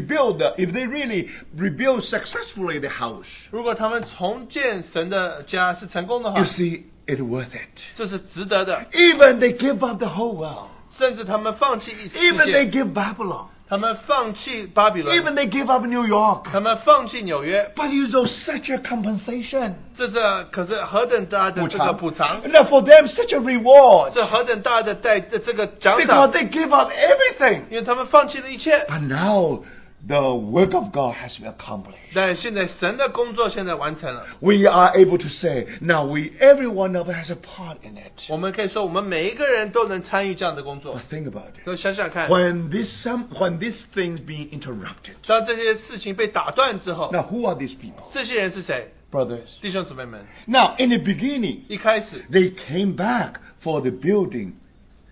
rebuild, the, if they really rebuild successfully the house, 如果他们重建神的家是成功的话 you，see, it's worth it. 这是值得的。 Even they give up the whole world. 甚至他们放弃一世 Even they 界， give Babylon. 他们放弃巴比伦 Even，they give up New York. 他们放弃纽约， But you know, such a compensation. 这是可是何等大的这个补偿， Now, for them, such a reward. 这何等大的代这这个奖 Because 赏， they give up everything. 因为他们放弃了一切。 But now, the work of God has been accomplished. 但现在神的工作现在完成了， We are able to say, now we, every one of us has a part in it. 我们可以说我们每一个人都能参与这样的工作 But。think about it. 可想想看， When this, some, when this thing being interrupted. 当这些事情被打断之后， Now, who are these people? 这些人是谁？ Brothers. 弟兄姊妹们， Now, in the beginning, 一开始 they came back for the building,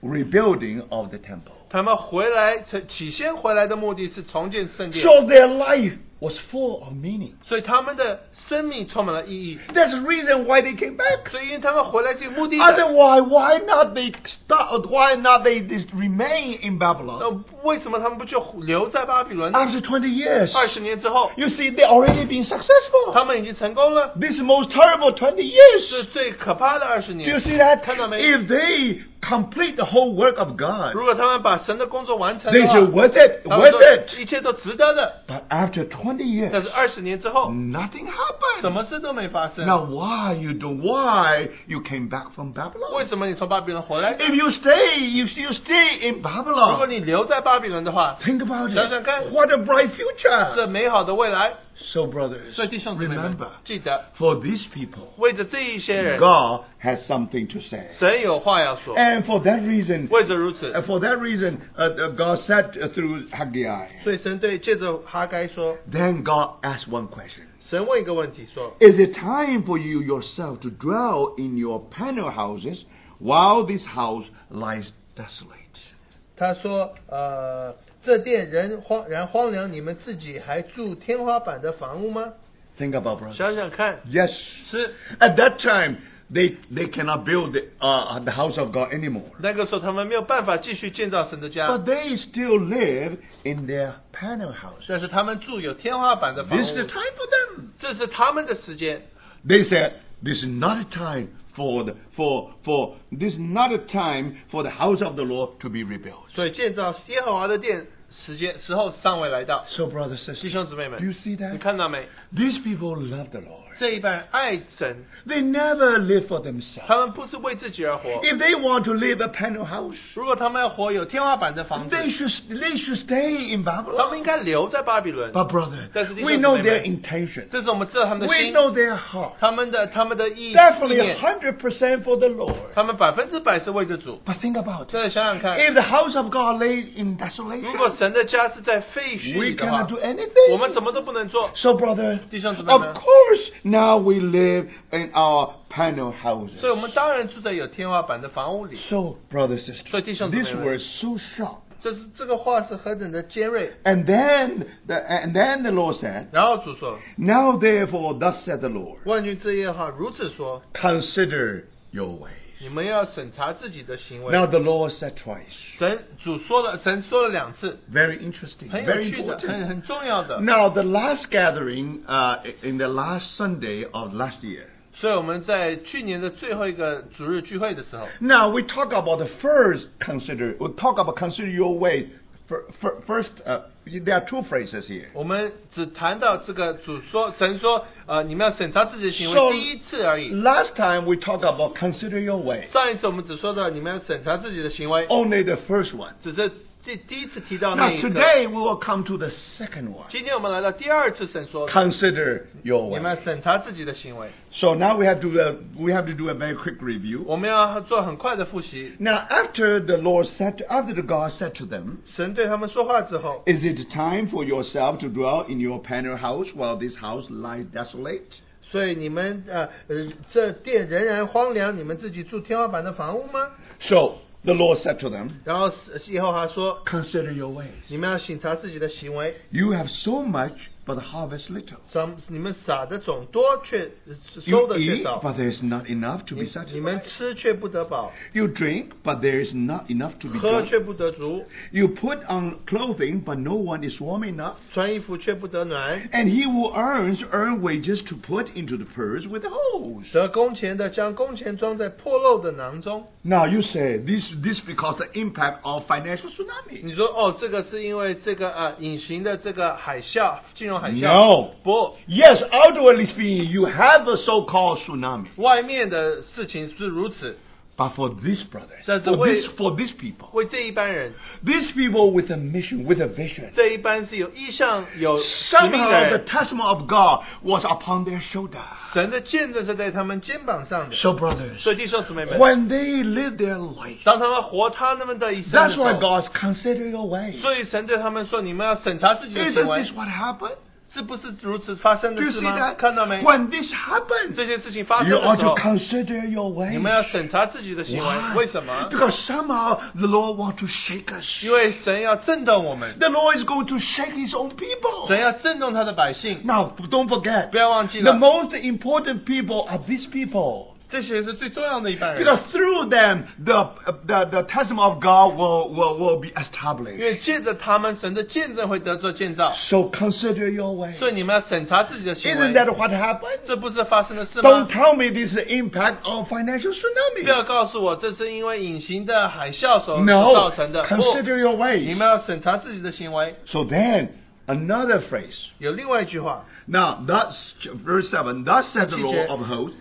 rebuilding of the temple. 他们回来起先回来的目的是重建圣殿， So their life was full of meaning. 所以他们的生命充满了意义。 That's the reason why they came back. 所以因为他们回来是有目啊的的。 Otherwise, why not they stop? Why not they just remain in 那 Babylon 呃为什么他们不就留在巴比伦？ after 20 years? 二十年之后， You see, they already been 他 successful. 们已经成功了。 This most terrible 20是 years. 最可怕的二十 Do 年 you。see that? 看到没？ If they complete the whole work of God, 如果他们把神的工作完成 they 的 say 话， worth it, 他们 worth it. 说一切都值得的。 But after 20但 years, 是二十年之嗯后， nothing 什 happened. 么事都没发生。 Now, why you do? Why you came back from 为 Babylon? 什么你从巴比伦回来？ If you stay, if you stay in 如果 Babylon, 你留在巴比伦的话， think about 想想看。 it. What a bright future. 这美好的未来。 So, brothers, 所以弟兄姊妹们 remember,，记得 for these people, 为着这一些人， God has something to say. 神有话要说。 And for that reason, 为着如此， uh, for that reason, uh, uh, God said uh, through Haggai. 所以神对借着哈该说， Then God asked one question: 神问一个问题说： Is it time for you yourself to dwell in your panel houses while this house lies desolate? 他说，呃，这殿人荒然荒凉，你们自己还住天花板的房屋吗？ Think about brothers. 想想看， Yes. 是 At that time, they they cannot build the, uh, the house of God anymore. 那个时候他们没有办法继续建造神的家。 But they still live in their panel houses. 但是他们住有天花板的房 This is the 屋， time for them. 这是他们的时间。 They said, "This is not a time for the, for for this is not a time for the house of the Lord to be rebuilt." 所以建造耶和华的殿时间时候尚未来到。 So, brothers 弟 sisters, 兄姊妹 do you 们， see 你 that? 看到没？ These people love the Lord. 这一半人爱神， They never live for themselves. 他们不是为自己而活。 If they want to live a panel house, 如果他们要活有天花板的房子， they should they should stay in 他们 Babylon. 应该留在巴比伦。 But brother, That's the we issue, know amen. their intention. 这是我们知道他们的 We 心， know their heart. 他们的他们的意意 Definitely, 念， hundred percent for the Lord. 他们百分之百是为着主。 But think about it. 再想想看， If the house of God lays in 如果 desolation, 神的家是在废墟 we 里的话 cannot，do 我们 anything. 什么都不能做。 So, brother, 弟兄姊妹 of 们， course, now we live in our panel houses. 所以我们当然住在有天花板的房屋里。 So, brother, sister, 所以弟兄姊妹们。 this word so sharp. 这是这个话是何等的尖锐。 And then, the, and then the Lord said, 然后主说 Now therefore, thus said the Lord, 万军之耶和华如此说： consider your way.：“ 你们要审查自己的行为。 Now the Lord said twice. ”神主说了，神说了两次， Very interesting, 很有 very 趣的，很 important. 很重要的。 Now the last gathering uh, in the last Sunday of last year. 所以我们在去年的最后一个主日聚会的时候， Now we talk about the first consider. We talk about consider your way. Fir- fir- First, uh, there are two phrases here. 我们只谈到这个主说，神说，呃，你们要审查自己的行 So- 为，第一次而已。 Last time we talked about consider your way. 上一次我们只说到你们要审查自己的行为， Only the first one. 只是第第一次提到那 Now 一个。 today we will come to the second one. 今天我们来到第二次神说， Consider your 你 way. 们要审查自己的行为。 So now we have to uh, we have to do a very quick review. 我们要做很快的复习。 Now after the Lord said after the God said to them, 神对他们说话之后， Is it time for yourself to dwell in your panel house while this house lies desolate? 所以你们呃呃，这殿仍然荒凉，你们自己住天花板的房屋吗？ So the Lord said to them, 然后以后他说， Consider your ways. 你们要审查自己的行为， You have so much but harvest little. 咱你们撒的种多，却呃收 You 的却 eat, 少； but there is not enough to be 你你们 satisfied. 吃却不得饱， You drink, but there is not enough to be 喝 done. 却不得足， You put on clothing, but no one is warm enough. 穿衣服却不得暖。 And he who earns, earn wages to put into the purse with the holes. 得工钱的将工钱装在破漏的囊中。 Now you say this this because the impact of financial tsunami. 你说哦，这个是因为这个呃隐形的这个海啸，金融海啸。 No 不， Yes, outwardly speaking, you have a so-called tsunami. 外面的事情是如此， But for these brothers, That's for the way- this for these people, 为这一般人， these people with a mission, with a vision. 这一般是有意向、有使命的 Somehow the 人， testimony of God was upon their shoulder. 神的见证是在他们肩膀上的。 So brothers, 所以弟兄姊妹们， when they live their life, 当他们活他们的一生的 that's 时候 why God consider your way. 所以神对他们说：“你们要审查自己的 Isn't 行为 this，what happened? 是不是如此发生 Do 的 you 事 see 吗？ that? 看到没？ When this happened, 这些事情发生 you 的 ought 时 to 候， consider your 你 way. 们要审查自己的行为。为什么？ Because somehow the Lord wants to shake us. 因为神要震动我们， The Lord is going to shake His own people. 神要震动他的百姓。 Now, don't forget, 不要忘记 the 了， most important people are these people. 这些是最重要的一班人， Because through them, the, the, the testimony of God will, will, will be 因 established. 为借着他们，神的见证会得做建造。 So consider your way. 所以你们要审查自己的行 Isn't 为， that what happened? 这不是发生的事 Don't 吗？ tell me this is the impact of financial 不 tsunami. 要告诉我这是因为隐形的海啸所 No, 造成的。不， consider your 你 ways. 们要审查自己的行为。 So then, another phrase. 有另外一句话， Now, that's verse 7. Thus said the Lord of hosts,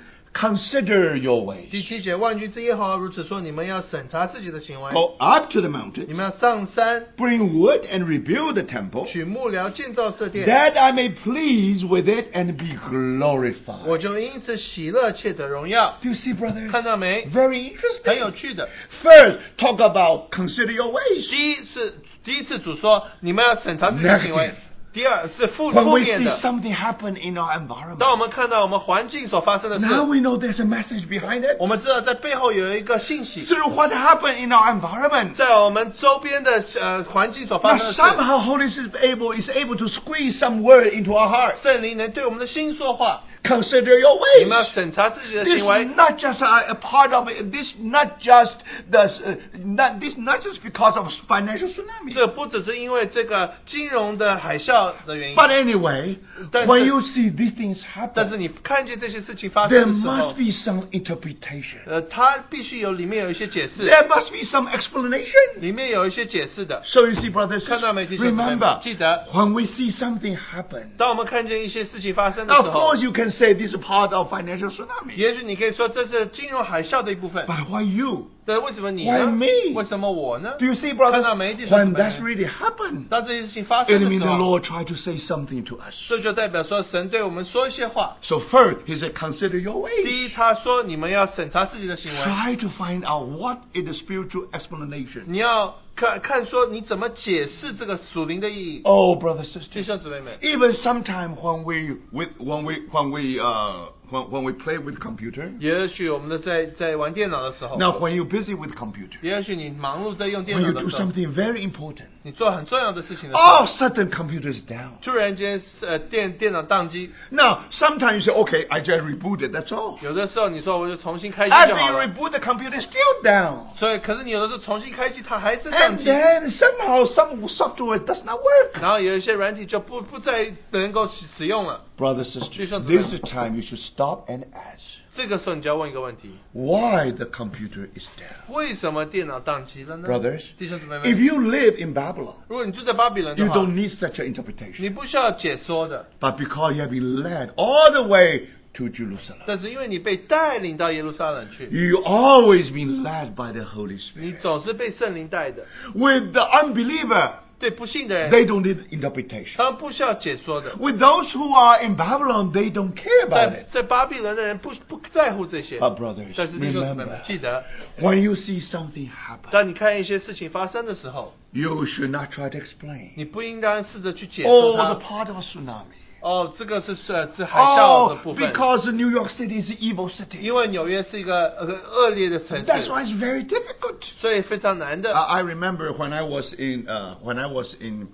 consider your ways. 第七节，万军之耶和华如此说：你们要审查自己的行为， Go up to the 你 mountain, 们要上山 bring wood and rebuild the temple, 取木料建造设殿， that I may please with it and be 我 glorified. 就因此喜乐，且得荣耀。 Do you see, brothers? 看到没？ Very 很有 interesting. 趣的。 First, talk about consider your ways. 第一是第一次主说你们要审查自己的行为 Negative，第二是负负 When we 面 see 的。 something happen in our 当 environment, 我们看到我们环境所发生的事， now we know there's a message behind it. 我们知道在背后有一个信息， Through what happened in our environment, 在我们周边的呃环境所发 now 生的事， somehow Holy Spirit is able, is able to squeeze some word into our hearts. 圣灵能对我们的心说话。 Consider your 你们 ways. 要审查自己的 This 行为， not just a, a part of it. This not just the uh, not this not just because of financial tsunami. 这不只是因为这个金融的海啸的原因， But anyway, 但是- when you see these things 但是 happen, 你看见这些事情发 there 生的时候 must，be some interpretation. 呃，它必须有里面有一些解释， There must be some explanation. 里面有一些解释的。 So you see, brothers, 看到没，弟兄姊妹们 remember 记得， when we see something happen. 当我们看见一些事情发生的 Of 时候 course, you can say this is part of financial tsunami. 也许你可以说这是金融海啸的一部分， But why you? 但为什么你 Why 呢 me？？为什么我呢 Do？you see, brothers? 看到没，弟兄姊妹们？ When that's really happened, 当这些事情发 it 生的 means 时 the 候， Lord tried to say something to us. 这就代表说神对我们说一些话。 So first, he said, consider your 第一， ways. 他说你们要审查自己的行为， Try to find out what is the spiritual explanation. 你要看看说你怎么解释这个属灵的意义。 Oh, brothers, 弟 sisters. 兄姊妹们， Even sometime when we with, when we when we uh when, when we play with computer. 也许我们的在在玩电脑的时候， Now, when you're busy with computer, 也许你忙碌在用电 when 脑 you 的 do 时候， something very important, 你做很重要的事情的时候， all sudden computer is down. 突然间呃电电脑宕机， Now, sometimes you say, okay, I just reboot it. That's all. 有的时候你说我就重新开机就 After 好 you 了。 reboot, the computer is still down. 所以，可是你有的时候重新开机，它还是宕 And 机。 then somehow some software does not work. 然后有一些软体就不不再能够使使用了。 Brothers, sisters, this 弟兄姊妹们。 is the time you should stop and ask. 这个时候你就要问一个问题： why the computer is down. 为什么电脑宕机了呢 Brothers, 弟兄姊妹 if 们， you live in Babylon, 如果你住在巴比伦 you 的话， don't need such an 你 interpretation. 不需要解说的， But because you have been led all the way to Jerusalem, 但是因为你被带领到耶路撒冷去， you always been led by the Holy 你 Spirit. 总是被圣灵带的。 With the unbeliever, 对不信的人， they don't need interpretation. 他们不需要解说的。 With those who are in Babylon, they don't care about 在 it. 在巴比伦的人不不在乎这些， But brothers, 但是弟兄姊妹们 remember, 记得， when you see something happen, 当你看一些事情发生的时候， you should not try to explain. 你不应当试着去解说 Oh, 它 the。part of a tsunami. 哦，这个是呃这海啸的 Oh, 部分。 because New York City is an evil city. 因为纽约是一个呃恶劣的城 That's 市， why it's very difficult. 所以非常难 I, 的。 I remember when I uh, was in uh, when I was in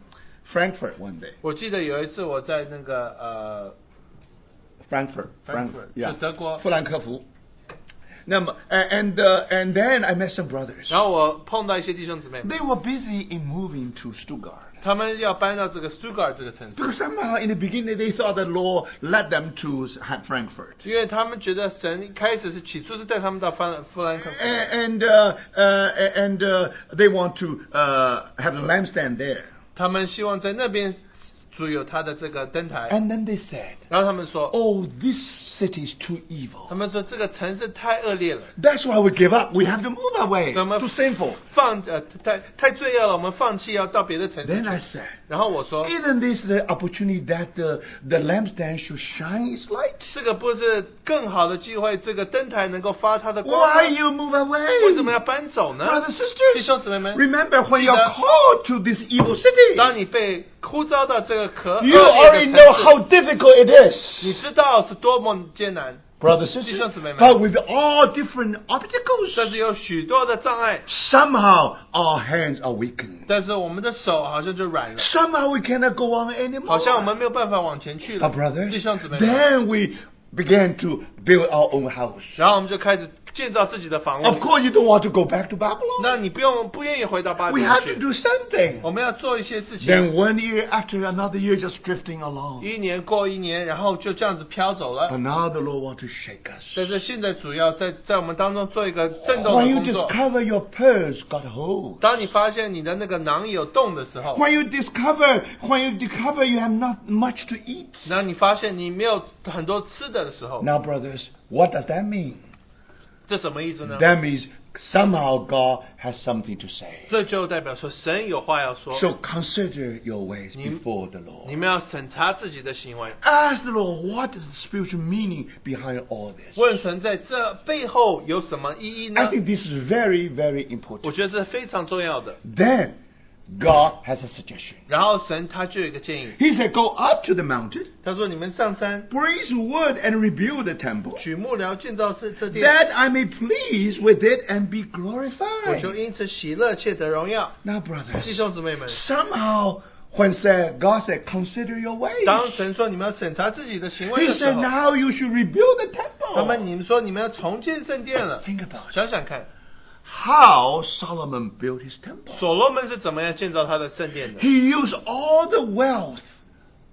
Frankfurt one day. 我记得有一次我在那个呃 Frankfurt, Frankfurt, yeah. 就德国。富兰克福。那么- a- and uh, and then I met some brothers. 然后我碰到一些弟兄姊妹， They were busy in moving to Stuttgart 他们要搬到这个 Stuttgart 这个城市， because somehow in the beginning they thought the law led them to Ha- Frankfurt. 因为他们觉得神一开始是起初是带他们到范弗兰克 A- 福， And uh, uh, and uh, they want to uh, have a lampstand there. 他们希望在那边主有他的这个灯台。 And then they said, 然后他们说， "Oh, this city is too 他 evil. 们说这个城市太恶劣了，Um, That's why we give up. We have to move away. 怎么 Too sinful." 放呃太太罪恶了，我们放弃要到别的城 Then 市。 I said. 然后我说， Isn't this the opportunity that the, the lampstand should shine its light? 这个不是更好的机会，这个灯台能够发它的光 Why 吗？ you move 为什么 away? 要搬走呢？ Brothers 弟 sisters, 兄姊妹们， remember when you're Peter. called to this evil city, 当你被呼召到这个可恶 you 劣 already 的城 know 市 how difficult it 你 is. 知道是多么艰难， Brothers 弟兄 sisters, 姊妹们。 but with all different 甚 obstacles, 至有许多的障碍， somehow our hands are weakened. 但是我们的手好像就软了， Somehow we cannot go on 好像我 anymore. 们没有办法往前去 Our 了。 brothers, 弟兄姊妹们，Oh, then we began to build our own house. 然后我们就开始建造自己的房 Of 屋。 course, you don't want to go back to Babylon. 那你不用不愿意回到巴比 We 伦 have to 去， do something. 我们要做一些事情。啊 Then one year after another year, just drifting along. 一年过一年，然后就这样子飘走 But 了。 now the Lord wants to shake us. 但是现在主要在在我们当中做一个震动 When 的 you 工作。 discover your purse got hold. 当你发现你的那个囊有洞的时候， When you discover, when you discover you have not much to eat. 那你发现你没有很多吃的的时候， Now, brothers, what does that mean? 这什么意思呢？ That means somehow God has something to say. 这就代表说神有话要说。 So consider your ways You- before the 你 Lord. 们要审查自己的行为， Ask the Lord what is the spiritual meaning behind all this. 问神在这背后有什么意义呢 I？think this is very, very 我 important. 觉得这非常重要的。 Then God has a suggestion. 然后神他就有一个建议， He said, Go up to the mountain. 他说：“你们上山 Praise wood and rebuild the temple, 举幕僚建造这这殿， that I may please with it and be 我就 glorified. 因此喜乐且得荣耀。 Now, ” brothers 弟 brothers, 兄姊妹们， somehow when said God said, consider your ways. 当神说你们要审查自己的行为 He 的时 said, 候， now you should rebuild the 那么你 temple. 们说你们要重建圣殿了， Think about it. 想想看， How Solomon built his temple. 所罗门是怎么样建造他的圣殿的？ He used all the wealth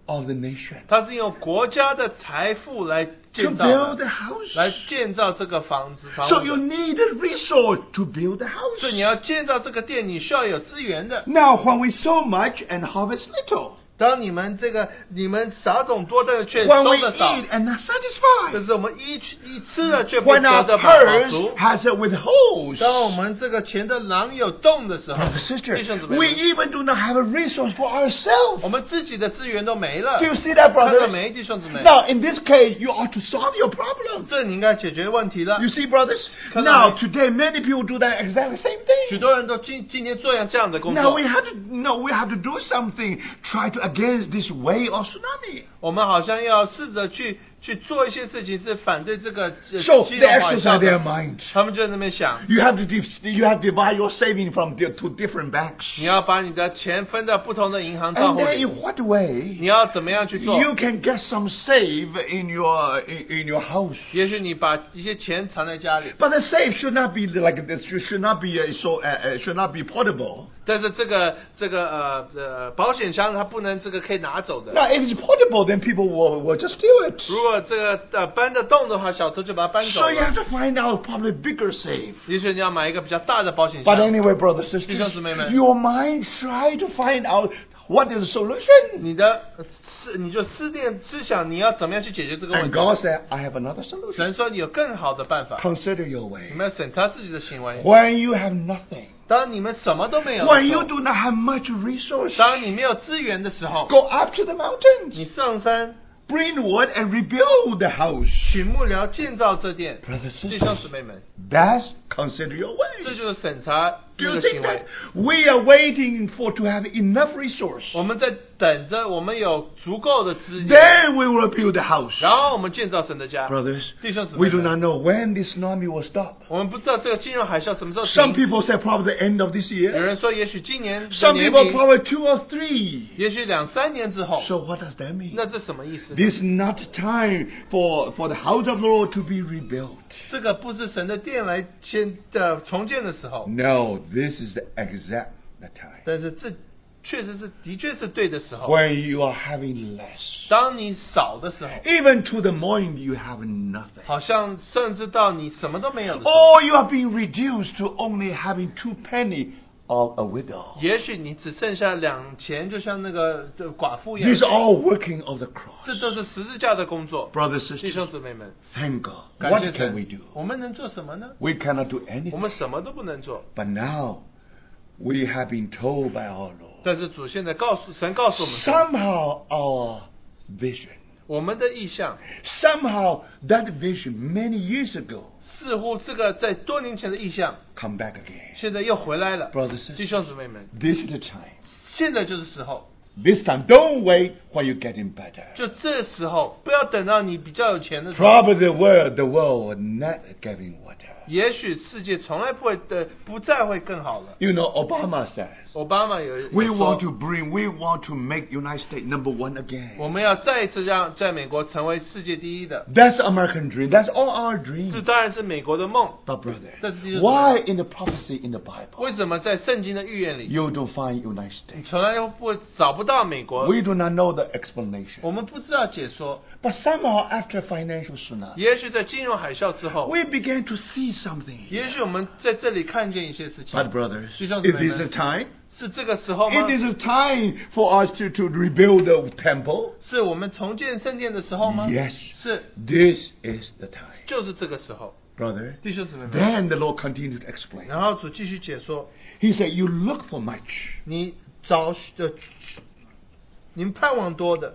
of the nation 他是用国家的财富来 to 建造 build the 的，house. 来建造这个房子房 So 屋 you 的。 need a resource to build the 所以你 house. 要建造这个店，你需要有资源的。 Now, when we sow much and harvest little, 当你们这个你们撒种多，但是却收 when we 的少 eat，and not 但 satisfied. 是我们一吃一吃了却不 When 得 our 的满 purse 足。 has a withhold. 当我们这个钱的囊有洞的时候 Brother,，sister, 弟兄姊妹 we 们， even do not have a resource for 我 ourselves. 们自己的资源都没了 Do。you see that, 看到 brothers? 没，弟兄姊妹？ Now, in this case, you ought to solve your problem. 这你应该解决问题了 You。see, brothers? Come Now, on. today, many people do that exact same 许 thing. 多人都今今天做样这样的工 Now 作 we，have to no, we have to do something. Try to against this wave or tsunami. 我们好像要试着去去做一些事情，是反对这个呃 So 激 they 动化 exercise 的 their。mind. 他们就在那边想， You have to div- you have to divide your saving from di- two different banks. 你要把你的钱分到不同的银行账 And 户 then 里， in what way? 你要怎么样去做？ You can get some save in your in, in your house. 也许你把一些钱藏在家里， But the save should not be like this. Should should not be uh, so. Uh, uh, should not be portable. 但是这个这个呃呃保险箱它不能这个可以拿走的。 Now, if it's portable, then people will, will just steal it. 如果这个呃搬得动的话，小偷就把它搬走 So you have 了。 to find out probably bigger save. 也许你要买一个比较大的保险 But 箱。 anyway, brothers sisters, 弟兄姊妹们。 your mind try to find out what is the solution. 你的呃思你就思念思想，你要怎么样去解决这个 And 问题？ God said, I have another solution. 神说你有更好的办法， Consider your way. 你们要审查自己的行为。 When you have nothing, 当你们什么都没有的 when 时 you 候， do not have much resource, 当你没有资源的时候， go up to the mountains, 你上山 bring wood, and rebuild the house. 请幕僚建造这殿。 Brothers sisters, 弟兄姊妹们， that's consider your 这 way. 就是审查那 Do you 个 think 行 that 为。 we are waiting for to have enough resource? 我们在等着我们有足够的资源， Then we will build a house. 然后我们建造神的家。 Brothers, 弟兄姊 we 妹 do not 们， know when this tsunami will stop. 我们不知道这个金融海啸什么时候 Some 停。 people say probably the end of this 有 year. 人说，也许今年的 Some 年 people 底， probably two or three. 也许两三年之后。 So what does that mean? 那这什么意思？ This is not time for, for the house of the Lord to be rebuilt. 这个不是神的殿来建的重建的时候， No, this is the exact time. 但是这确实是的确是对的时候。 When you are having less. 当你少的时候， Even to the morning you have nothing. 好像甚至到你什么都没有的时候， Or you are being reduced to only having two penny of a widow. 也许你只剩下两钱，就像那个呃寡妇一 These are 样。 all working of the cross. 这都是十字架的工作， Brothers 弟 sisters, 兄姊妹们， thank God. 感 What 谢 can 神 we do? 我们能做什么呢？ We cannot do 我 anything. 们什么都不能做。 But now we have been told by our Lord 但是主现在告诉神，告诉我们说， somehow our vision, 我们的意向 somehow that vision many years ago 似乎这个在多年前的意向， come back again. 现在又回来了。 Brothers sisters 弟兄姊妹们， This is the time. 现在就是时候， This time, don't wait when you're getting better. 就这时候，不要等到你比较有钱的时候。 Probably the world, the world will not giving water. 也许世界从来不会的，不再会更好了。 You know, Obama says. 奥巴马有有 We 说 want to bring, we want to make United States number one again. 我们要再一次让在美国成为世界第一的， That's American dream. That's all our 这 dream. 当然是美国的梦。 But brother, 但是弟兄姊妹， why in the prophecy in the Bible 为什么在圣经的预言里， you don't find United 你 States? 从来都不会找不到美国？ We do not know the 我 explanation. 们不知道解说。 But somehow after financial tsunami, 也许在金融海啸之后， we began to see something. 也许我们在这里看见一些事 But 情。 brothers, it is 弟兄姊妹们， a time. 是这个时候吗？ It is a time for us to, to rebuild the temple. 是我们重建圣殿的时候吗 Yes. 是， This is the time. 就是这个时候， Brother, 弟兄姊妹们。 then the Lord continued to explain. 然后主继续解说， He said, You look for much. 你找呃，你们盼望多的，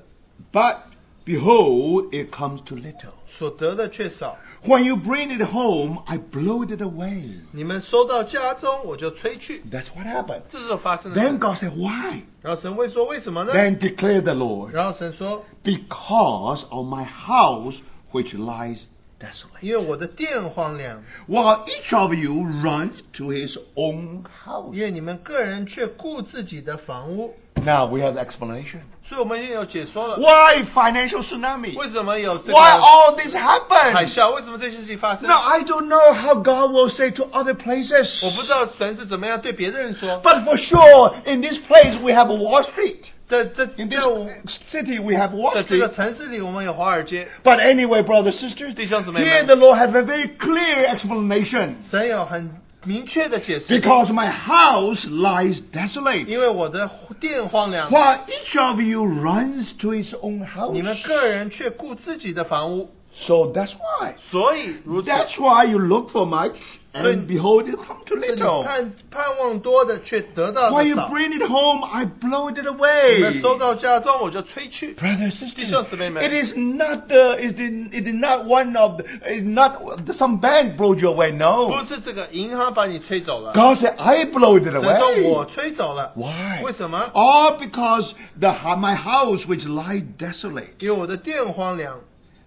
But behold, it comes to little. 所得的却少。 When you bring it home, I blow it away. 你们收到家中，我就吹去。 That's what happened. 这是发生的事。 Then God said, Why? 然后神会说为什么呢？ Then declared the Lord, 然后神说， Because of my house which lies 因 desolate. 为我的殿荒凉， While each of you runs to his own house. 因为你们个人却顾自己的房屋， Now we have the explanation. 所以我们也有解说了， Why financial tsunami? 为什么有这个 Why all this 海 happened? 啸？为什么这些事情发生 Now I don't know how God will say to other places. 我不知道神是怎么样对别的人说， But for sure, in this place we have a Wall Street. 在这 In this 在我 city we have Wall 在这 Street. 个城市里，我们有华尔街， But anyway, brothers sisters, 弟兄姊妹们。 here the Lord have a very clear explanation. 神有很明确的解释， Because my house lies desolate, 因为我的殿荒凉， while each of you runs to his own 你 house. 们个人却顾自己的房屋， So that's why. 所以如此。 That's why you look for much, Then- and behold, it come to 是你 little. 盼盼望多的，却得到 When 的 you 少。 bring it home, I blow it 你们 away. 收到家中，我就吹去。 Brothers, sisters, 弟兄姊妹们。 it is not the it is, it is not one of the, it is not some bank blow you away. 不 No, 是这个银行把你吹走了， God said I blow it 神说我 away. 吹走了。 Why? 为什么？ All because the ho- my house which lie desolate. 因为我的殿荒凉。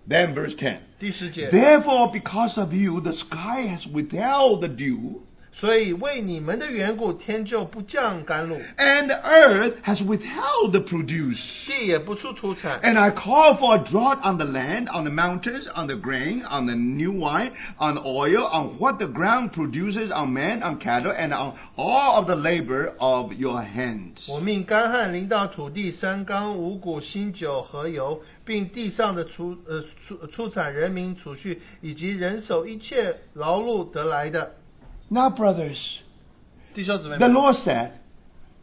Then verse ten. 第十节， Therefore, because of you, the sky has withheld the dew, 所以为你们的缘故，天就不降甘露， and the earth has withheld the produce. 地也不出土产。 And I call for a drought on the land, on the mountains, on the grain, on the new wine, on oil, on what the ground produces, on men, on cattle, and on all of the labor of your hands. 我命干旱临到土地、山冈、五谷、新酒和油，并地上的出呃出出产人民储蓄，以及人手一切劳碌得来的。 Now, brothers, 弟兄姊妹 the 们， Lord said,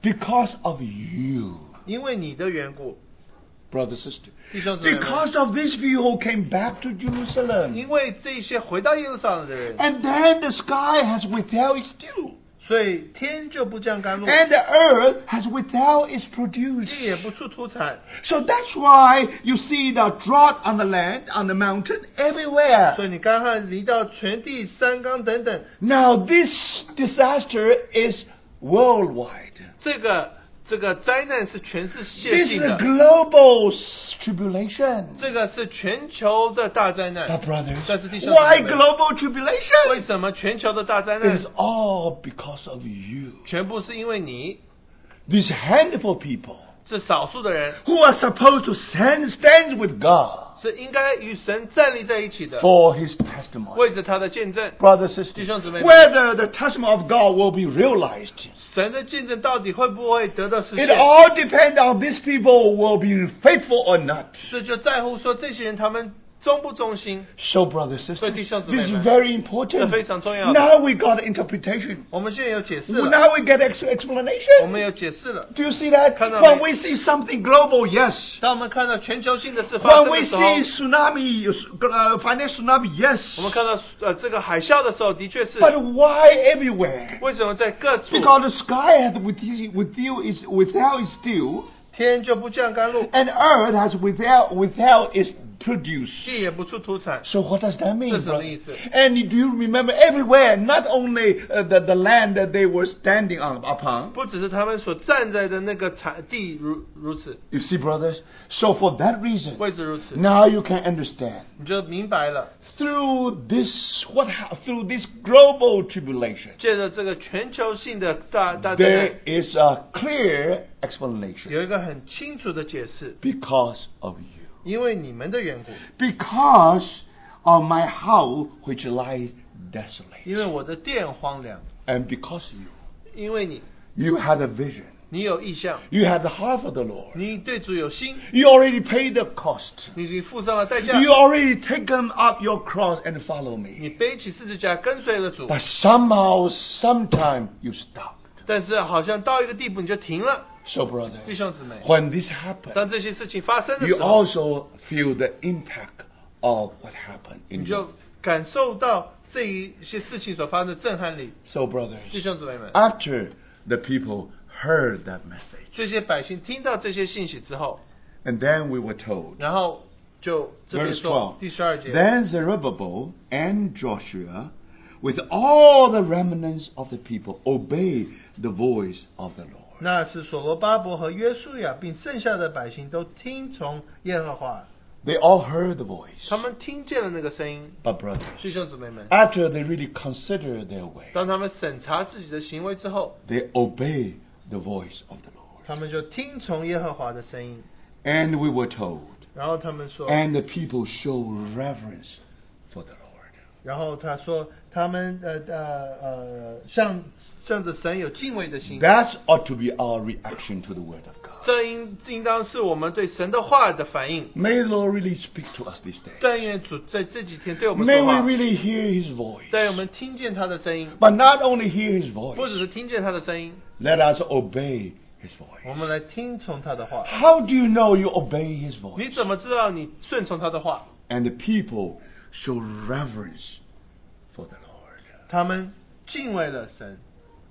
because of you, 因为你的缘故， brother, sister, 弟兄姊妹们。 because of these few who came back to Jerusalem, 因为这些回到耶路撒冷的人，哎 and then the sky has withheld its dew. 所所以天就不降甘露， and the earth has withheld its produce. 地也不出土产。 So that's why you see the drought on the land, on the mountain, everywhere. 所以你干旱离到全地、山冈等等， Now this disaster is worldwide. 这个这个灾难是全世界 This 性 is a 的， global s- tribulation. 这个是全球的大灾难 But。brothers, That's uh, the teacher. why global 为 tribulation? 什么全球的大灾 It 难 is all because of you. 全部是因为你 These handful of people 这少数的人 who are supposed to stand, stand with God 是应该与神站立在一起的， for His testimony. 为着他的见证， Brothers, sisters, 弟兄姊妹们。 whether the testimony of God will be realized, 神的见证到底会不会得到实 it 现？ all depends on these people will be faithful or not. 这就在乎说这些人他们忠不忠心。 So, brothers, sisters, this 所以弟兄姊妹们， is very important. 这非常重要的。 Now we got interpretation. 我们现在有解释 Well, 了， Now we get ex- 我们 explanation. 有解释了。 Do you see that? 看到没？ When we see something global, yes. 当我们看到全球性的事发生 When 的 we 时候 see，tsunami, uh, financial tsunami, yes. 我们看到呃这个海啸的时候，的确是 But why everywhere? 为什么在各处 Because the sky has with you, with you is without its dew, 天就不降甘露， and earth has without without its produce. 地也不出土产。 So what does that mean? 这什么意思？ brother? And do you remember everywhere, not only uh, the, the land that they were standing on upon? 不只是他们所站在的那个产地如如此， You see, brothers. So for that reason, 位置如此， now you can understand. 你就明白了。 through this what ha- through this global tribulation 借着这个全球性的大大灾 there 难， is a clear explanation 有一个很清楚的解释， because of you 因为你们的缘故， because of my house which lies desolate 因为我的殿荒凉， and because you 因为你 you had a vision 你有意向， you had the heart of the lord 你对主有心， you already paid the cost 你已经付上了代价， you already taken up your cross and follow 你 me 背起十字架跟随了主， but somehow sometime you stop 但是好像到一个地步你就停了， so brother 弟兄姊妹。 when this happened 当这些事情发生的 you 时候， also feel the impact of what happened 你 in 就 you. 感受到这一些事情所发生的震撼力。 So, brothers, 弟兄姊妹啊们， after the people heard that message, 这些百姓听到这些信息之后， and then we were told, 然后就这边 verse 说 12, 第十二节， then Zerubbabel and Joshua, with all the remnants of the people, obeyed the voice of the Lord. 那是所罗巴伯和约书亚，并剩下的百姓都听从耶和华， They all heard the voice. 他们听见了那个声音。 But, brothers, 弟兄姊妹们， after they really considered their way, 当他们审查自己的行为之后， they obeyed the voice of the Lord. 他们就听从耶和华的声音。 And we were told, 然后他们说， and the people showed reverence for the Lord. 然后他说，他们呃呃呃，向向着神有敬畏的心。 That ought to be our reaction to the Word of God. 这应应当是我们对神的话的反应。 May the Lord really speak to us this day. 但愿主在这几天对我们 May 说 we 话， really hear His voice. 但愿我们听见他的声音， But not only hear His 不 voice, 只是听见他的声音， let us obey His 我 voice. 们来听从他的话。 How do you know you obey His 你 voice? 怎么知道你顺从他的话？ And the people show reverence for the Lord. 他们敬畏了神，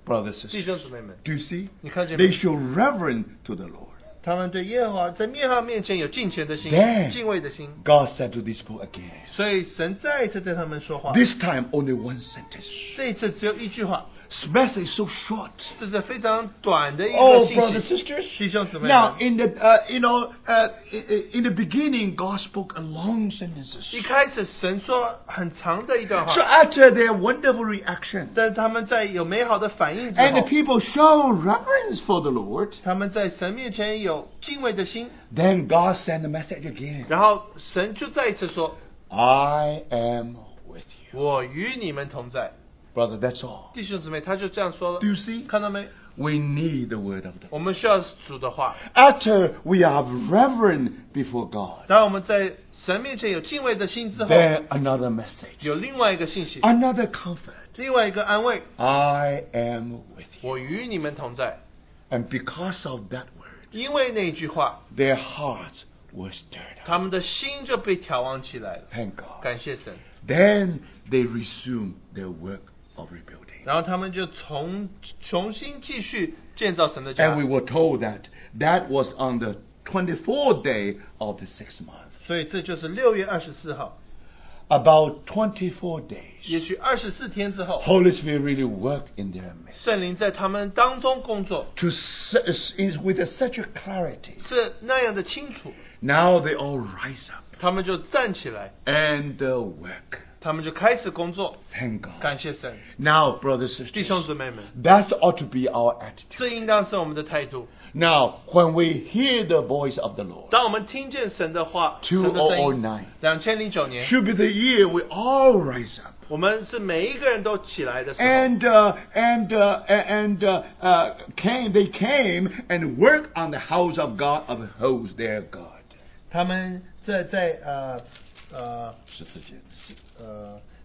Brothers and 弟 sisters, 兄姊妹们， do you see? 你看见没 They？show reverence to the Lord. 他们对耶和华在耶和华面前有敬虔的心 Yeah，敬畏的心， God said to these people again, 所以神再一次对他们说话。 this time only one sentence. 这一次只有一句话， This message is so short. 这是非常短的一个 Oh, 信 brothers 息。 and sisters. 弟兄姊妹 Now, 们， in the uh, you know, uh, i- i- in the beginning, God spoke a long sentences. 一开始神说很长的一段话 So，after their wonderful reaction, 但他们在有美好的反应之 and the 后， people show reverence for the Lord, 他们在神面前有敬畏的心， then God sent the message again. 然后神就再一次说 I am with：“ you, 我与你们同在。 brother. That's all. ”弟兄姊妹，他就这样说了 Do。you see? 看到没？ We need the word of the Lord. 我们需要主的话。 After we have reverent before God, 当我们在神面前有敬畏的心之后， then another message, 有另外一个信息， another comfort. 另外一个安慰： I am with you, 我与你们同在。 and because of that word. 因为那句话， their hearts were stirred 他 up. 们的心就被眺望起来了。 Thank God. 感谢神， Then they resumed their work of rebuilding. 然后他们就重重新继续建造神的家 And。we were told that that was on the 24th day of the sixth month. 所以这就是六月二十四号， About 24 days, 也许二十四天之后， Holy Spirit really worked in their midst. 圣灵在他们当中工作， To s- is with such a clarity. 是那样的清楚， Now they all rise up 他们就站起来， and uh, work. 他们就开始工作。 Thank God. 感谢神， Now, brothers 弟 sisters, 兄姊妹们， that ought to be our attitude. 这应当是我们的态度。 Now, when we hear the voice of the Lord, 当我们听见神的话，神的声音， 2009两千零九年， should be the year we all rise up. 我们是每一个人都起来的时候， And uh, and uh, and uh, uh, came they came and worked on the house of God of hosts their God. 他们这在呃呃呃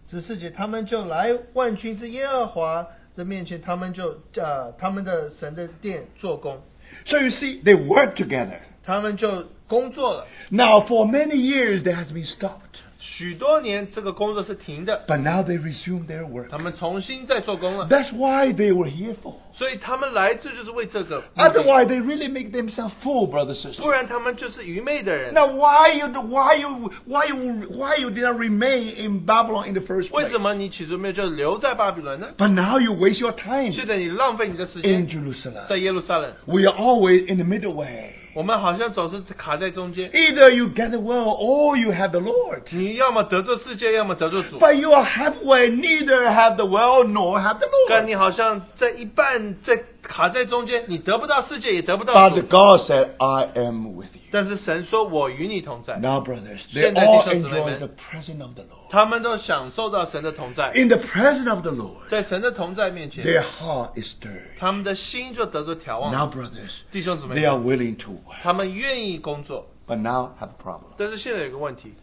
十四节，他们就来万军之耶和华的面前，他们就呃他们的神的殿做工， So you see, they worked together. 他们就工作了 Now, for many years, they has been stopped, 许多年，这个工作是停的， but now they resumed their work. 他们重新再做工了。 That's why they were here for. 所以他们来这就是为这个目啊的 Otherwise, they really make themselves fool, brothers and 不 sisters. 然他们就是愚昧的人。 Now, why you why you why you why you did not remain in Babylon in the first 为 place? 什么你起初没有就留在巴比伦呢？ But now you waste your 嗯 time 现在你浪费你的时 in 间 Jerusalem. 在耶路撒冷， We are always in the middle way. 我们好像总是卡在中嗯间。 Either you get the world or you have the Lord. 你要么得罪世界，要么得罪主。 But you are halfway, neither have the world nor have the 但 Lord. 你好像在一半在卡在中间，你得不到世界，也得不到 But 主。 God said, I am with you. 但是神说：“我与你同在。 Now, brothers, they 现在， all 弟兄姊妹们， enjoy the presence of the ” Lord. 他们都享受到神的同在， In the presence of the Lord, 在神的同在面前， their heart is stirred. 他们的心就得着调望。 Now, brothers, 弟兄姊妹 they are 们， willing to work. 他们愿意工作， But now have a problem. 但是现在有个问题，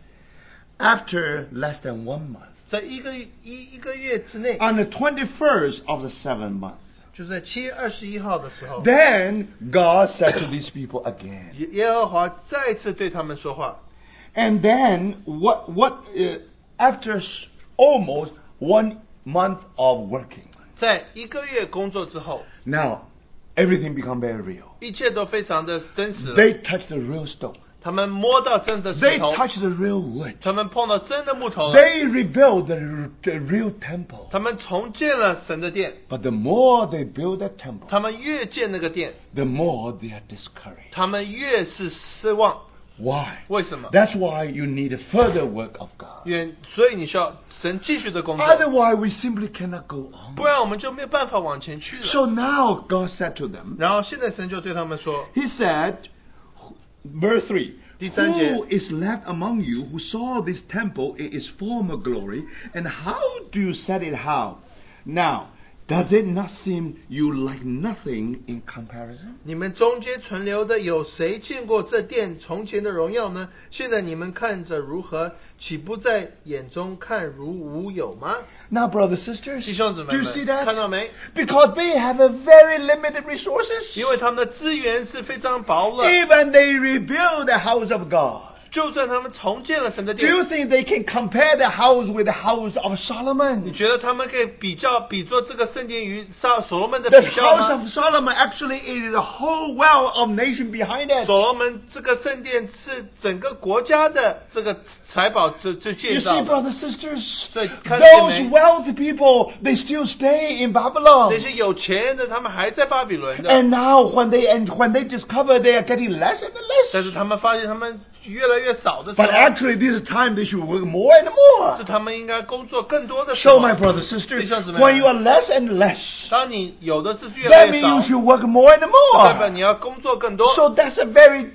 After less than one month, 在一个一一个月之内， on the 21st of the seventh month, 就在七月二十一号的时候， then God said to these people again, 耶耶和华再次对他们说话。 And then what? What? Uh, after s- almost one month of working, 在一个月工作之后， now everything become very real. 一切都非常的真实了。 They touch the real stone. 他们摸到真的石 They 头， touch the real wood. 他们碰到真的木头了。 They rebuild the, r- the real temple. 他们重建了神的殿， But the more they build that temple, 他们越建那个殿， the more they are discouraged. 他们越是失望。 Why? 为什么？ That's why you need a further work of God. 远，所以你需要神继续的工作， Otherwise, we simply cannot go on. 不然我们就没有办法往前去了。 So now God said to them, 然后现在神就对他们说 He said, verse 3第三节。 Who is left among you who saw this temple in its former glory, and how do you set it how? Now, does it not seem you like nothing in comparison?：“ 你们中间存留的有谁见过这殿从前的荣耀呢？现在你们看着如何，岂不在眼中看如无有吗 Now, brothers sisters, 弟兄姊 do 妹 you see 们，看 that? 到没？ Because they have a very limited resources. 因为他们的资源是非常薄了， Even they rebuild the house of God. 就算他们重建了神的 Do 殿， you think they can compare the house with the house of 你 Solomon? 觉得他们可以比较比作这个圣殿与撒所罗门的 The 比较 house 吗？ of Solomon actually is a whole well of nation behind it. 所罗门这个圣殿是整个国家的这个财宝最最 You 建 see, 造的 brothers sisters, 所以看见没 those wealthy people they still stay in 那 Babylon. 些有钱人的他们还在巴比伦的， And now, when they and when they discover they are getting less and 但 less, 是他们发现他们越来越少的时 but 候， actually this is time they should work more and 是 more. 他们应该工作更多的时 So, 候。 my brothers sisters, 弟兄姊妹们。 when you are less and less, 当你有的是越 that 来 means 越少 you，should work more and 代表 more. 你要工作更多。 So that's a very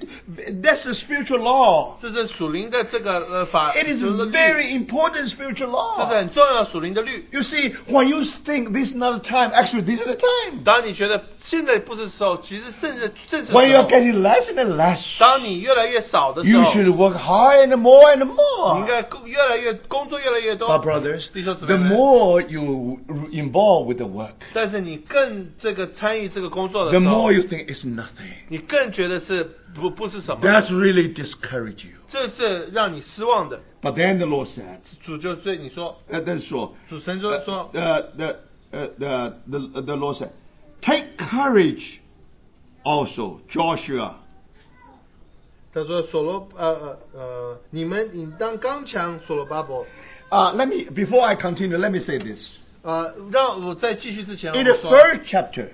that's a spiritual law. 这是属灵的这个呃法， It is 这 a 个律 very important spiritual 这是 law. 很重要的属灵的律。 You see, when you think this is not the time, actually this is the time. 当你觉得现在不是时候，其实正是正是时候。 When you are getting less and less, 当你越来越少的时 You 候， should work hard and more and 你应 more. 该工越来越工作越来越 My 多， brothers, 弟兄姊妹 the 们 more you r- involve with the work, 但是你更这个参与这个工作的 the 时候 more，you think it's nothing. 你更觉得是不不是什么， That's really discourage you. 这是让你失望的。 But then the Lord said, 主就对你说， uh, then so, 主神就说 uh,，the, uh, the, the, the Lord said, take courage also, Joshua. 他说所罗呃呃呃，你们应当刚强，所罗巴伯。 Uh, let me, before I continue, let me say this. 呃，让我在继续之前， In 我 the 说 third chapter,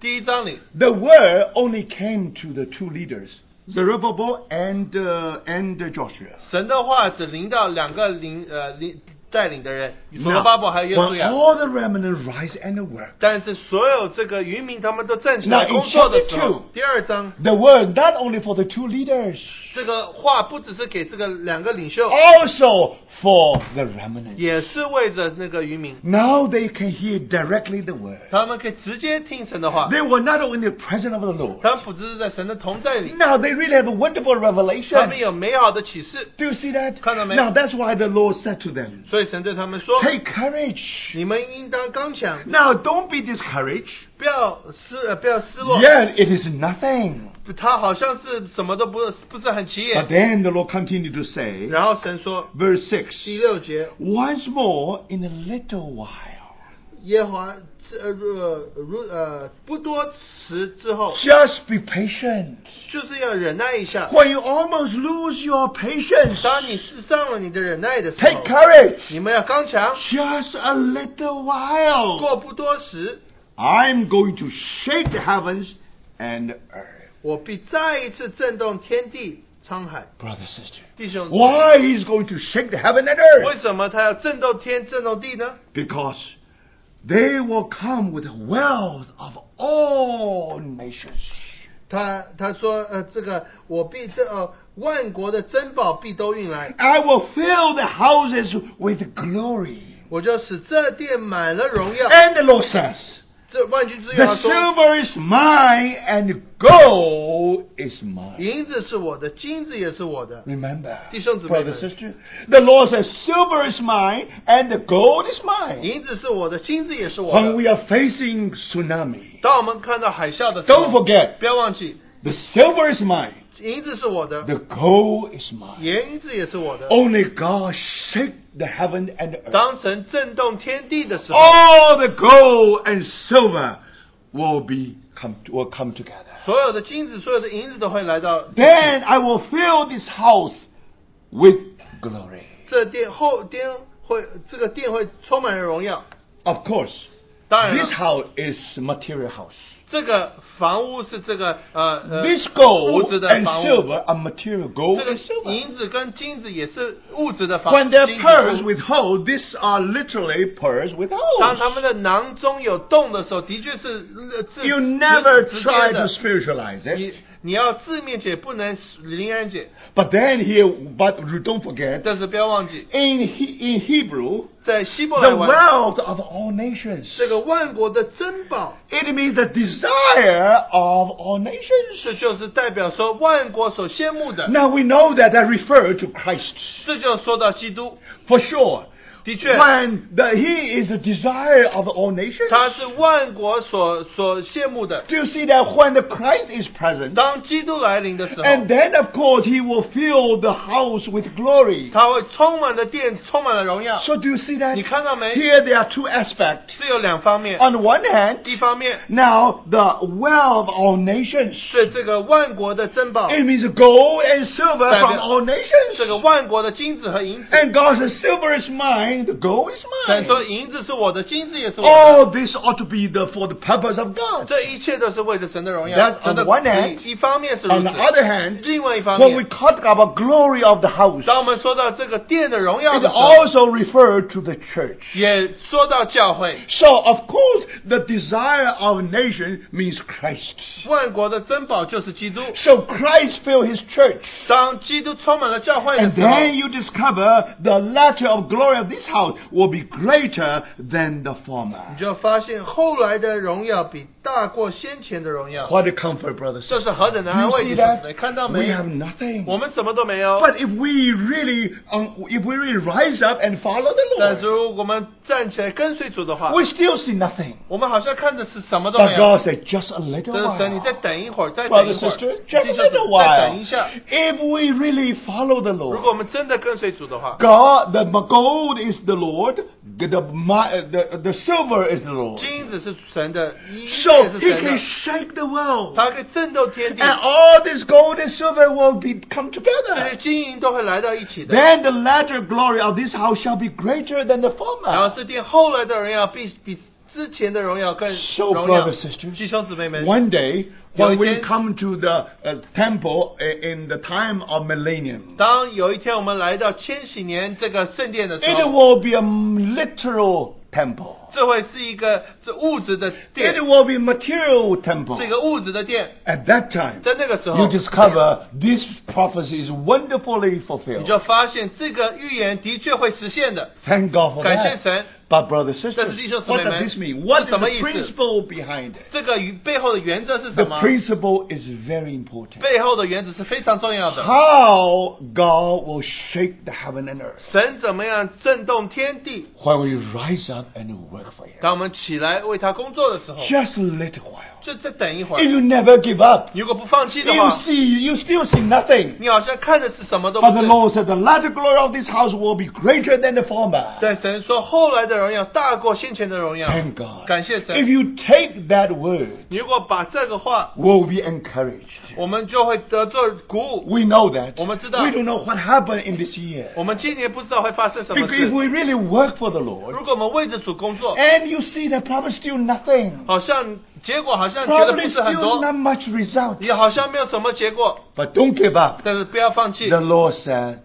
第一章里， the word only came to the two leaders, Zerubbabel and, uh, and Joshua. 神的话只领到两个领呃领带领的人，所罗 Now, 巴伯还有约书 when 亚。 all the remnant rise and work, 但是所有这个渔民他们都站起来 Now, in 工作的时 chapter 候 two，第二章 the word not only for the two leaders, 这个话不只是给这个两个领哎袖， also for the remnant. 也是为着那个渔民， Now they can hear directly the word. 他们可以直接听神的话， They were not only in the presence of the Lord. 他们不只是在神的同在里， Now they really have a wonderful 他们 revelation. 有美好的启示， Do you see that? Kind of, man. Now that's why the Lord said to them, 所以神对他们说 Take courage.：“ 你们应当刚强， Now don't be discouraged. 不要失呃不要失落。 Yet it is nothing. 他好像是什么都不不是很起 But 眼。 then the Lord continued to say, 然后神说， verse 6, 第六节， Once more in a little while, 耶和华这呃如呃不多时之后， just be patient. 就是要忍耐一下。 When you almost lose your patience, 当你失丧了你的忍耐的时 take 候， courage. 你们要刚强。 Just a little while. 过不多时， I'm going to shake the heavens and earth. 我必再一次震动天地沧海。 Brother, sister. 弟兄姊妹 Why he's going to shake the heaven and earth? 为什么他要震动天、震动地呢？ Because they will come with the wealth of all nations. 他他说，呃，这个我必这呃万国的珍宝必都运来， I will fill the houses with glory. 我就使这殿满了荣耀。 And the Lord says, 这万军之耶和 The 华说， silver is mine and gold is mine. 银子是我的，金子也是我的。 Remember, 弟兄姊妹们。 brother, sister, the Lord says, Silver is mine and the gold is mine. 银子是我的，金子也是我 When 的。 we are facing tsunami, 当我们看到海啸的时 don't 候， forget, 不要忘记， the silver is mine, 银子是我的， the gold is mine. 盐银子也是我的。 Only God shake the heaven and earth. 当神震动天地的时候， All the gold and silver will be come will come together. 所有的金子、所有的银子都会来到 Then I will fill this house with glory. 这殿后殿会这个殿会充满了荣耀。 Of course, 当然 this 了， house is material house. 这个房屋是这个呃呃 This gold 物质的 and 房屋。 silver are material gold 这个 and silver. 银子跟金子也是物质的房 When they're 金子 purged with holes, these are literally purged with 当他 holes. 们的囊中有洞的时候，的确是是 You never 直接 try 的 to。spiritualize 你 it. 你要字面解，不能灵安解。 But then here, but don't forget, 但是不要忘记， in, he, in Hebrew, 在希伯来 the 文， wealth of all nations. 这个万国的珍宝， It means the desire of all 这 nations. 就是代表说万国所羡慕的。 Now we know that that refers to Christ 这就说到基督， for sure. 的确， When the, he is the desire of all nations. 他是万国所所羡慕的。 Do you see that when the Christ is present, 当基督来临的时候， and then of course he will fill the house with glory. 他会充满了电，充满了荣耀。 So do you see that? 你看到没？ Here there are two aspects. 是有两方面， On one hand, 一方面 now the wealth of all nations. 是这个万国的珍宝， It means gold and silver Right, from yeah. all 这个 nations. 万国的金子和银子。 And God says, silver is mine, the gold is 神 mine. 说银子是我的，金子也是我的。 All this ought to be the, for the purpose of God. 这一切都是为着神的荣 That's 耀。 on 神的 one hand. 一方面是如 On the 此， other hand, 另外一方 when we 面， talk about glory of the house, 当我们说到这个殿的荣耀 it 的时候， also refers to the church. 也说到教会。 So, of course, the desire of nation means Christ. 万国的珍宝就是基督。 So Christ filled his church. 当基督充满了教会的 And 时候， then you discover the latter of glory of this this house will be greater than the 你 former. 就发现后来的荣耀比大过先前的荣耀。 What a comfort, brothers. 这是何等的安 You 慰！ see 弟兄姊妹， that? 看到 We 没？ have nothing. 我们什么都没有。 But if we really, um, if we really rise up and follow the 但是 Lord, 如果我们站起来跟随主的话， we still see nothing. 我们好像看的是什么都没 But 有 God。said, Oh, just a little 但是神，你再 while. 等一会儿，再等 Brother, 一会儿， sister, 弟 just a 兄姊 little 妹再 while. 等一下。 If we really follow the 如果 Lord, 我们真的跟随主的话， God, the gold is the Lord, the, the, my, the, the silver is the Lord. 金子是神的，一切 So 是 he 神 can shake 的，the world. 它可以震动天地 And，all this gold and silver will be come 这些 together. 金银都会来到一起的。 Then the latter glory of this house shall be greater than the 然 former. 后这殿后来的荣耀比比之前的荣耀更 So, 荣耀 brothers, sisters,。弟兄姊妹们， One day, when we 有一天- come to the uh, temple i- in the time of millennium, 当有一天我们来到千禧年这个圣殿的时 it 候， will be a m- literal temple. 这会是一个是物质的 It 殿， will be material temple. 是一个物质的殿。 At that time, 在那个时候 you，discover this prophecy is wonderfully 你 fulfilled. 就发现这个预言的确会实现的。 Thank God for 感谢 that. 神， But brothers, sisters, 但是弟兄姊妹们， what does this mean? What is 是什么意思？ the principle behind it? 这个与背后的原则是什 The 么？ principle is very important. 背后的原则是非常重要的。 How God will shake the heaven and earth 神怎么样震动天地？ when we rise up and work for Him. 当我们起来为他工作的时候， Just a little while. 就再等一会 If 儿。 you never give up, 如果不放弃的 you 话， see, you still see nothing. 你好像看的是什么都不 But the 是。 Lord said, the latter glory of this house will be greater than the former. 但神说后来的荣耀大过先前的荣耀。 Thank God. 感谢 If 神。 you take that word, 如果把这个话， we'll be encouraged. 我们就会得做鼓舞。 We know that. 我们知道。 We don't know what happened in this year. 我们今年不知道会发生什么 Because 事 if。we really work for the Lord, 如果我们为着主工作， and you see the prophet still nothing, 好像结果好像觉得 probably 不是很 still 多， not much result. 也好像没有什么结果。 But don't give up. 但是不要放弃 The。Lord said,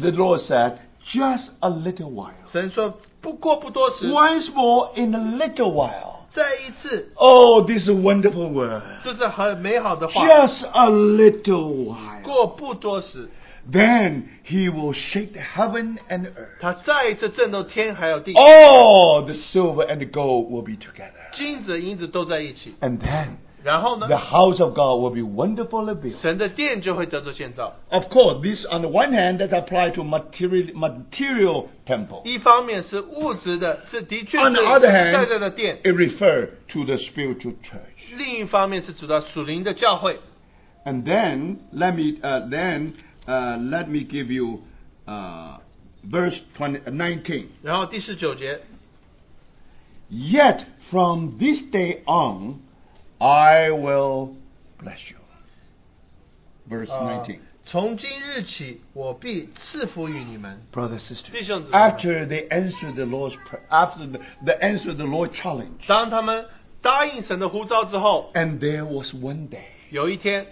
the Lord said, just a little while. 神说不过不多时， Once more in a little while. 再一次， Oh, this is a wonderful word. 这是很美好的话。 Just a little while. 过不多时， Then he will shake the heaven and earth. 他再一次震动天还有地， All the silver and the gold will be together. 金子银子都在一起。 And then 然后呢 the，house of God will be wonderfully built. 神的殿就会得着建造。 Of course, this on the one hand that apply to material material temple. 一方面是物质的，是的确 On 是 the other 在在 hand, 的殿； it refer to the spiritual church. 另一方面是主到属灵的教会。 And then let me uh, then uh, let me give you uh, verse uh, 20, 19. 然后第十九节， Yet from this day on, I will bless you. Verse 19. 从今日起，我必赐福于你们， Brother, sister. 弟兄姊妹们。 After they answer the Lord's pr- after the, the answer the Lord challenge, 当他们答应神的呼召之后， and there was one day. 有一天，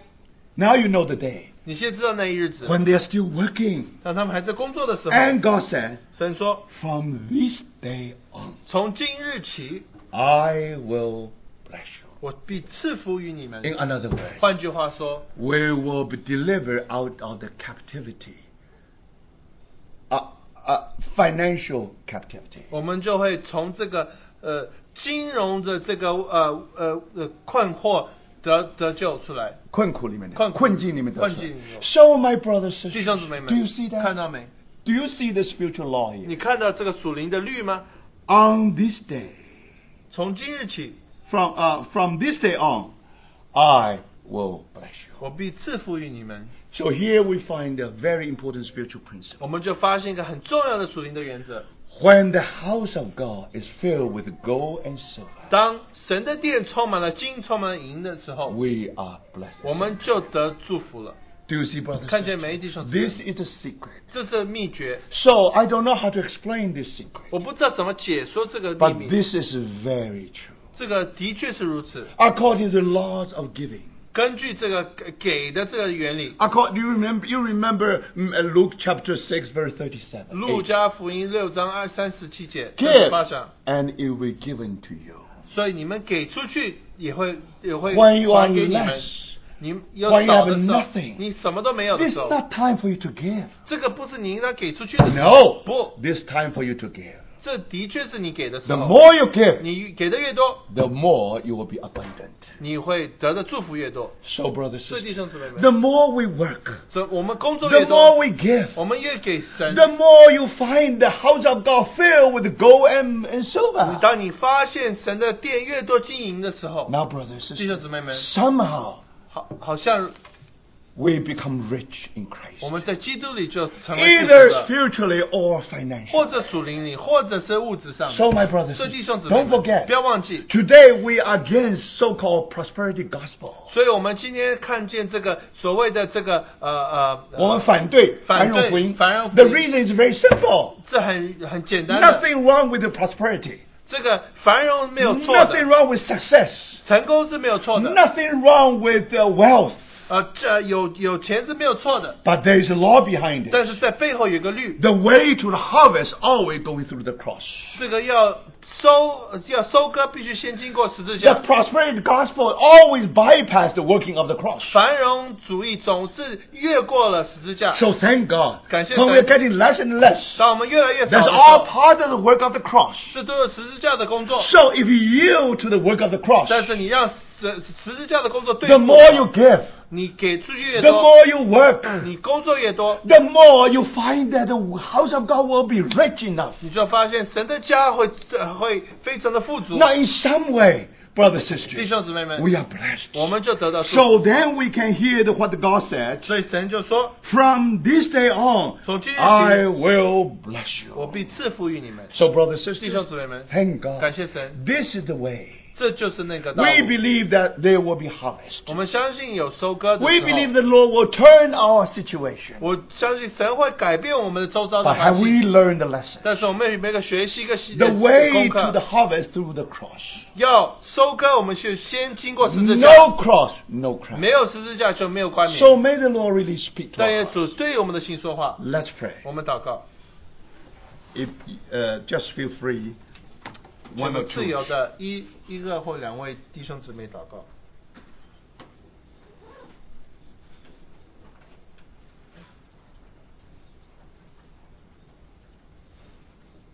Now you know the day. 你先知道那一日子， when they are still working. 当他们还在工作的时候， And God said, 神说 From this day on,：“ 从今日起， I will bless 我必赐福于你们。 you. In another ” word, 换句话说， we will be delivered out of the captivity, uh, uh, financial captivity. 我们就会从这个呃金融的这个呃呃呃困惑得得救出来。困苦里面的-困苦。困境里面的-困境里面。 So my brothers 弟 sisters, 兄姊妹们 do you see，看 that? 到没？ Do you see the spiritual law 你 here? 看到这个属灵的律吗？ On this day, 从今日起， from uh, from this day on, I will bless you. 我必赐福于你们。 So here we find a very important spiritual principle. 我们就发现一个很重要的属灵的原则： When the house of God is filled with gold and silver, 当神的殿充满了金、充满了银的时候， we are blessed. 我们就得祝福了。 Do you see, brothers? 看见没，弟兄姊妹 This is the secret. 这是秘诀。 So I don't know how to explain this 我 secret, 不知道怎么解说这个 but 秘密， this is very true. 这个的确是如此。 According to the laws of giving, 根据这个给给的这个原理， Accord- do you remember? You remember mm, uh, Luke chapter six, verse 《 thirty-seven. 路加福音》六章二三十七节 Give 八章， and it will be given to you. 所以你们给出去也会也会 When you are 还给你们。 less, 你有 When you 少的 have 时候 nothing，你什么都没有的 This is 时候， not time for you to give. 这个不是你应该给出去的时候。 No, 不， this time for you to give. 这的确是你给的时 The 候。 more you give, 你给的越多， the more you will be abundant. 你会得的祝福越多。 So, brothers, 所以 sisters, 弟兄姊妹们 the，more we work, 所以我们工作 the 越 more 多， we give, 我们越给神。 the more you find the house of God filled with gold and, and 你 silver. 当你发现神的殿越多经营的时候， Now, brothers, 弟 sisters, 兄姊妹们， somehow 好，好像 we become rich in Christ, 我们在基督里就成为富足 either 的， spiritually or 或 financially. 者属灵里，或者是物质上的。Oh, So, my brothers, 所以 and 弟兄姊 sisters, 妹 don't 们， forget, 不要忘记。 today we are against so-called prosperity gospel. 所以我们今天看见这个所谓的这个呃呃，Uh, 呃我们反对繁荣福音。反对繁荣福音。 The reason is very simple. 这很很简单的， Nothing wrong with the prosperity. 这个繁荣没有错的 Nothing，wrong with success. 成功是没有错的， Nothing wrong with uh, wealth. 呃，这有有钱是没有错的， But there is a law behind it. 但是在背后有个律， The way to the harvest always going through the cross. 这个要收要收割必须先经过十字架 The。prosperity gospel always bypass the working of the cross. 繁荣主义总是越过了十字架。 So thank God. 感谢神。 When we're getting less and less, 当我们越来越少的 that's 时 all 候， part of the work of the cross. 这都是十字架的工作。 So if you yield to the work of the cross, 但是你让十十字架的工作对哦 the 付 more you give, 你给出去越 the 多， more you work, 你工作越多， the more you find that the house of God will be rich enough. 你就发现神的家会呃会非常的富足。 Now, in some way, brothers 弟 sisters, 兄姊妹们， we are blessed. 我们就得到祝福。 So then we can hear the, what the God said. 所以神就说 From this day on,：“ 从今日起， I will bless 我 you. 必赐福于你们。 So, brothers ” and 弟兄 sisters, 姊妹们， thank 感 God. 谢神， This is the way. 这就是那个道 We 路。 believe that there will be harvest. 我们相信有收割的 We 时候 believe the Lord will turn our situation. 我相信神会改变我们的周遭的 But have 环 we 境， learned the lesson? 但是我们每个学习一个新的 The way 功 to the 课， harvest through the cross. 要收割，我们是先经过十字架， No cross, no 没 crown. 有十字架就没有冠冕。 So may the Lord really speak to 但愿 us. 主对我们的心说话。 Let's pray. 我们祷告， If uh, just feel free, 我 one 们 or 自 two. 由的一一个或两位弟兄姊妹祷告。